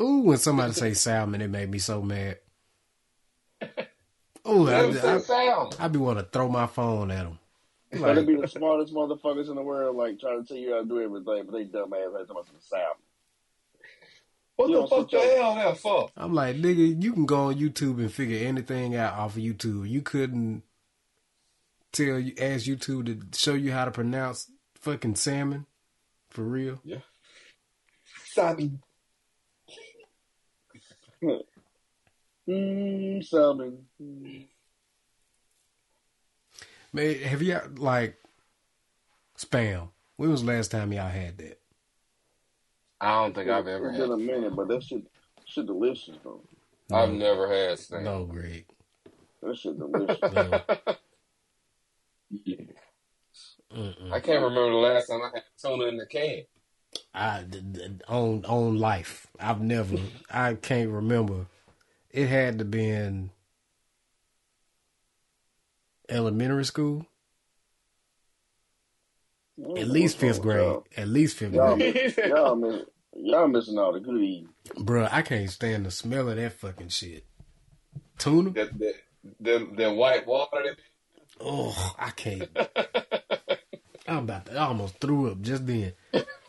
ooh when somebody say salmon it made me so mad ooh
Never
I,
say
I,
salmon.
I be want to throw my phone at them
But it'd
like
be the smartest motherfuckers in the world, like trying to tell you how to do everything, but they dumb ass ain't talking about some salmon.
What
You
the
don't
fuck the
sit your-
hell that for?
I'm like, nigga, you can go on YouTube and figure anything out off of YouTube. You couldn't tell you ask YouTube to show you how to pronounce fucking salmon for real.
Salmon.
Mmm, salmon. Mm.
Man, have you like spam? When was the last time y'all had that?
I don't think I've ever
Hmm, It's
had.
been a minute, but that shit, shit delicious, though.
I've never had salmon.
No, Greg.
That shit
[LAUGHS]
delicious. [LAUGHS]
No.
I can't remember the last time I had tuna in the can.
I d- d- on on life. I've never. I can't remember. It had to been elementary school, at least fifth grade. At least fifth
Y'all,
grade.
y'all, miss, y'all,
[LAUGHS]
miss, y'all missing all the good eating.
Bruh, I can't stand the smell of that fucking shit. Tuna?
That that that, that white water. That
Oh, I can't. I'm about to, I almost threw up just then.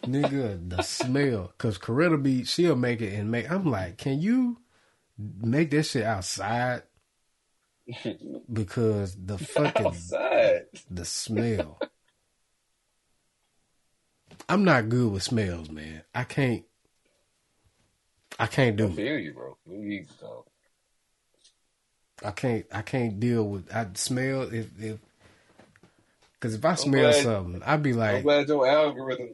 Nigga, the smell. Cause Coretta be, she'll make it and make, I'm like, can you make that shit outside? Because the
[LAUGHS]
fucking,
outside.
the smell. I'm not good with smells, man. I can't, I can't
I
do it.
feel you, bro. You need to go.
I can't, I can't deal with, I smell if, if, Because if I smell
glad-
something, I'd be
I'm
like,
glad your algorithm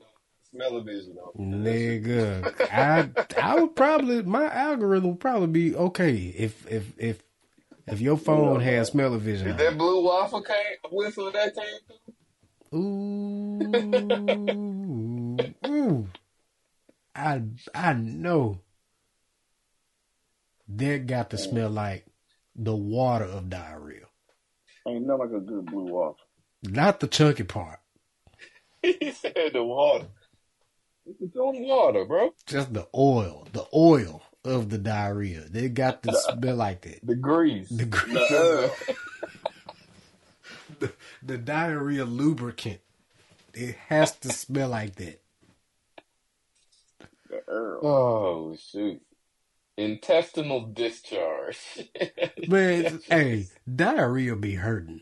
smell vision though.
nigga, I I would probably my algorithm would probably be okay if if if if your phone had smell of vision.
Did
on it.
that blue waffle came whistle of that came through?
Ooh, ooh, I I know. That got to smell like the water of diarrhea,
Ain't nothing like a good blue waffle.
not the chunky part,
[LAUGHS] He said the water. It's on water, bro.
just the oil, the oil of the diarrhea. They got to smell like that.
The grease.
The gr-
Uh,
the, the diarrhea lubricant. It has to smell like that.
[LAUGHS] oh shoot. Intestinal discharge. [LAUGHS]
Man, hey, diarrhea be hurting.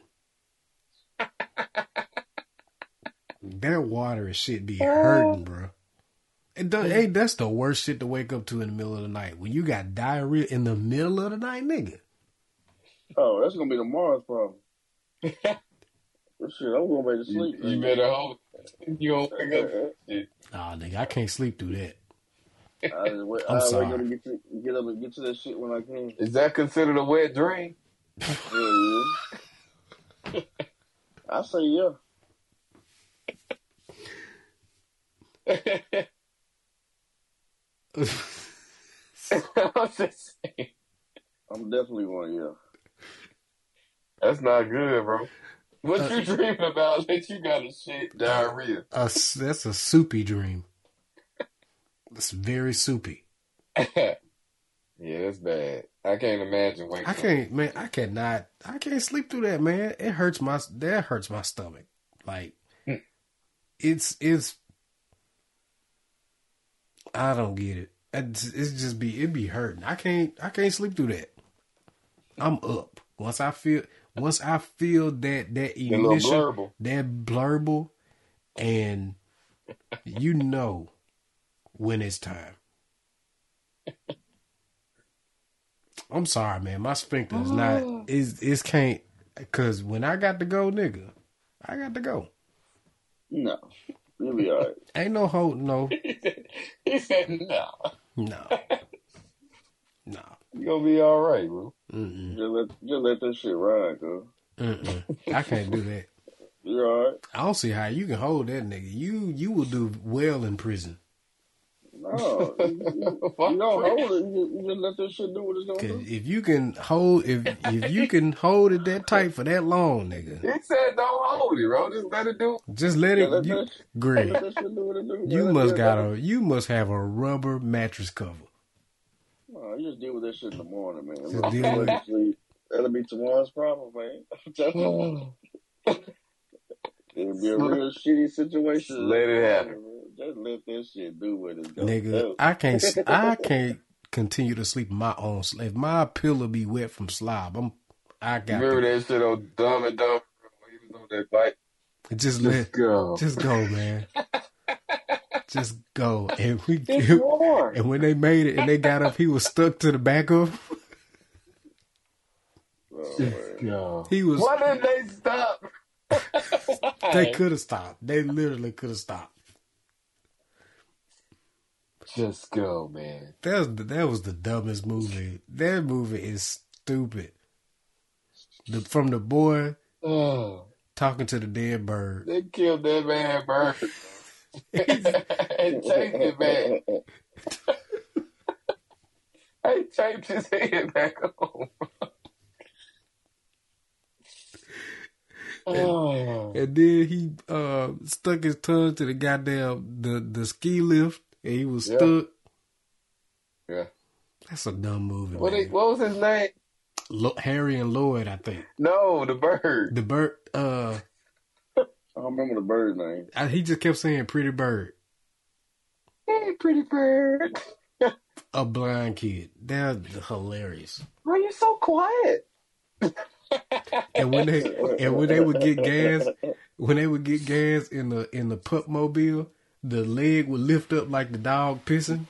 that water and shit be hurting, bro. It do, hey, that's the worst shit to wake up to in the middle of the night. When you got diarrhea in the middle of the night, nigga.
oh, that's gonna be tomorrow's problem.
[LAUGHS]
Well, Shit, I'm going back to
you,
sleep.
you better hope you don't wake up. Shit.
Nah, nigga, I can't sleep through that.
[LAUGHS]
[LAUGHS]
I just wait, I
I'm
wait
sorry.
up and get to get up and get to that shit when I can.
Is that considered a wet dream? [LAUGHS]
Yeah, yeah. I say yeah.
I'm just saying.
I'm definitely one yeah.
That's not good, bro. What
Uh,
you dreaming about that you got a
[LAUGHS]
shit diarrhea?
A s that's a soupy dream. It's very soupy.
yeah, that's bad. I can't imagine waking
I can't, man. I cannot. I can't sleep through that, man. It hurts my. That hurts my stomach. Like, it's it's. I don't get it. It's, it's just be it be hurting. I can't. I can't sleep through that. I'm up once I feel once I feel that that
That little
initial
blurble.
that blurble, and you know when it's time. I'm sorry, man. My sphincter is not is is can't because when I got to go, nigga, I got to go.
No, you'll be all right.
Ain't no hope, no,
up. he said, "No,
[LAUGHS] no, no.
[LAUGHS] you gonna be all right, bro."
Just let just let that shit ride, girl.
Mm-mm. I can't do that.
You're all right.
I don't see how you can hold that nigga. You you will do well in prison.
No, you,
[LAUGHS]
you- you don't hold it. You, you just let that shit do what it's gonna
'Cause
do.
if you can hold if if you can hold it that tight for that long, nigga,
He said, "Don't hold it, bro. Just let it do."
just let
Yeah,
it.
let
You,
that-
Greg,
Let that shit do what it do.
you
Let it
must
do-
got a you must have a rubber mattress cover.
No, you just deal with that shit in the morning, man.
Just
Look,
deal with it.
sleep. That'll be tomorrow's problem, man. [LAUGHS] I'm telling you.
Hmm.
It'll be a real shitty situation.
Let it happen.
Just let that shit do what it's gonna
Nigga,
do.
I can't. s- I can't continue to sleep in my own. sl- If my pillow be wet from slob, I'm. I
You
got
remember
to
that shit on Dumb and Dumber when he was on that bike?
just
Just
let.
go.
Just go, man. just go. And we. [LAUGHS]
It's warm.
and when they made it and they got up, he was stuck to the back of. [LAUGHS]
Oh,
Just
man.
go.
He was.
Why didn't they stop?
They could have stopped. They literally could have stopped.
Just go, man.
That was, the- that was the dumbest movie. That movie is stupid. The from the boy
Oh,
talking to the dead bird.
they killed that man, Bird.
[LAUGHS]
[LAUGHS] and taped it back. They taped his head back [LAUGHS] on. oh,
And then he uh stuck his tongue to the goddamn the the ski lift, and he was
Yeah.
stuck.
yeah.
That's a dumb movie,
What, they,
man.
what was his name?
Lo- Harry and Lloyd, I think
No, the bird.
the bird. Uh,
I don't remember the bird's name.
I, he just kept saying "pretty bird,"
Hey, pretty bird.
a blind kid. That's hilarious.
Why are you so quiet?
And when they and when they would get gas, when they would get gas in the in the pup mobile, the leg would lift up like the dog pissing.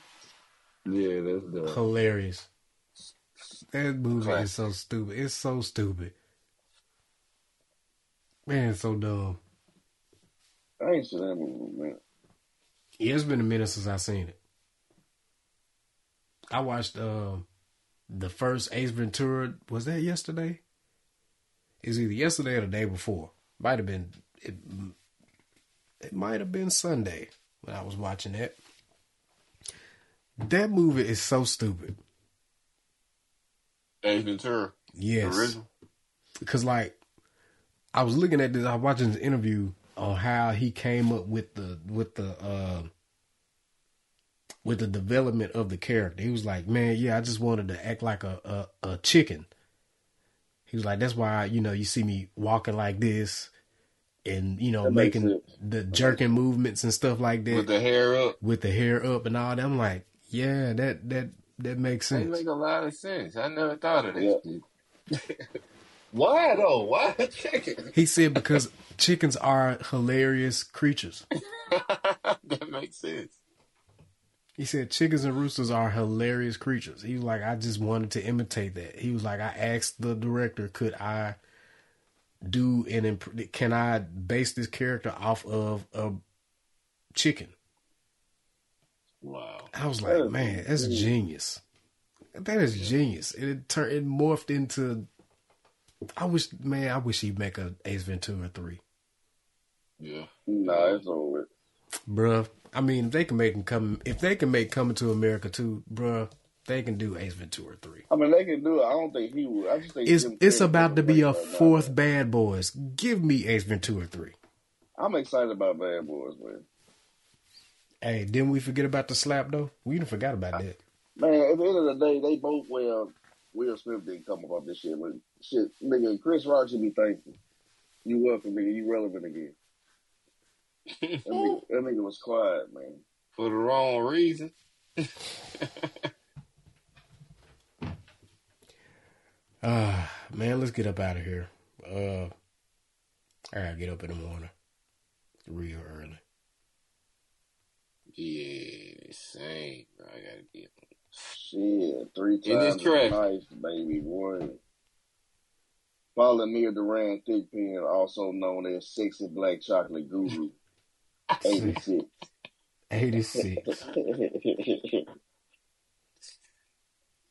Yeah, that's the
Hilarious. That movie
Classic.
is so stupid. It's so stupid. Man, it's so dumb.
I ain't seen that movie, man.
Yeah, it's been a minute since I seen it. I watched uh, the first Ace Ventura. Was that yesterday? It's either yesterday or the day before. Might have been it. It might have been Sunday when I was watching that. That movie is so stupid.
Ace Ventura. the
Yes.
original.
because like I was looking at this, I was watching this interview on how he came up with the with the uh, with the development of the character. He was like, "Man, yeah, I just wanted to act like a a, a chicken." He was like, "That's why you know you see me walking like this." And you know,
That makes
making
sense.
the jerking movements and stuff like that
With the hair up.
with the hair up and all that. I'm like, yeah, that that that makes
That
sense.
make a lot of sense. I never thought of
Yeah.
that. shit. [LAUGHS] Why though? Why a [LAUGHS] chicken?
He said because chickens are hilarious creatures.
that makes sense.
He said chickens and roosters are hilarious creatures. He was like, I just wanted to imitate that. He was like, I asked the director, could I do an imp- can I base this character off of a chicken?
Wow.
I was like,
That is
man, that's
genius.
genius. That is genius. And it turned it morphed into. I wish, man, I wish he'd make a Ace Ventura three,
Yeah.
Nah, it's over with.
bruh. I mean, if they can make him come, if they can make Coming to America two, bruh, they can do Ace Ventura three.
I mean, they can do it. I don't think he would. I just think
It's
Jim
it's
Carrey
about
would
to be
like "Oh,
a
that, nah,
fourth
man.
Bad Boys. Give me Ace Ventura three.
I'm excited about Bad Boys, man.
Hey, didn't we forget about the slap though? We didn't forgot about that.
Man, at the end of the day, they both well. Will Smith didn't come about this shit, but shit, nigga, Chris Rock should be thankful. You welcome, nigga. You relevant again. That nigga, that nigga was quiet, man.
For the wrong reason.
Ah, Man, let's get up out of here. Uh, I gotta get up in the morning, real early.
Yeah, same. Bro. I gotta get.
Shit, three
In this
times
traffic.
life, baby boy. Follow Mia Duran Thickpen, also known as Sexy Black Chocolate Guru, 86.
Eighty six.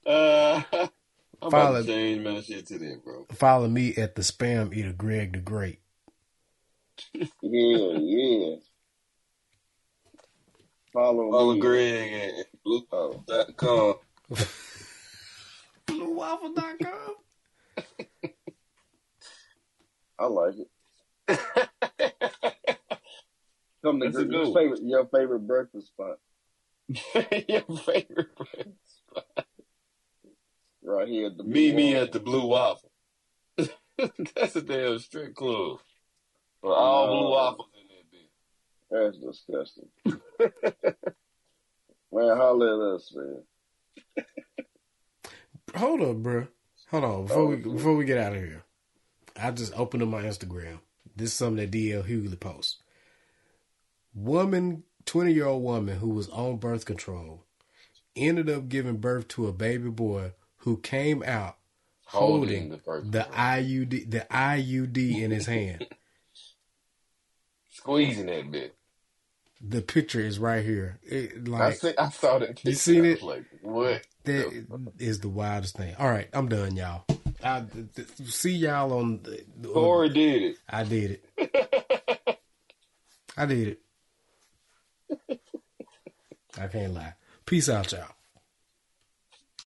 Uh, [LAUGHS] I'm
Follow-
about to change my shit to that, bro.
Follow me at the spam eater, Greg the Great.
[LAUGHS] yeah, yeah. Follow
Follow
me.
Greg at
Oh.
blue.com.
Bluewaffle.com.
I like it.
[LAUGHS]
Come to
That's a
Gre- your
good one.
favorite, your favorite breakfast spot
[LAUGHS] Your favorite brand.
right here at the
Meet me
Blue
at the Blue Waffle. [LAUGHS] That's a damn strip club. Uh, Well, all
No.
blue waffles in that bitch.
That's disgusting. [LAUGHS] man, holler at us, man.
Hold up, bruh. Hold on before we
Oh,
before we get out of here. I just opened up my Instagram. This is something that DL Hughley posts. Woman, twenty year old woman who was on birth control, ended up giving birth to a baby boy who came out holding,
Holding the birth
the
control.
IUD the IUD in his hand.
[LAUGHS] Squeezing that bitch.
The picture is right here. It,
I
like
see, I saw that.
You
picture.
seen
I
it?
was Like what?
That is the wildest thing. All right, I'm done, y'all. I th- th- see y'all on. The,
Corey did it.
I did it. I did it. I can't lie. Peace out, y'all.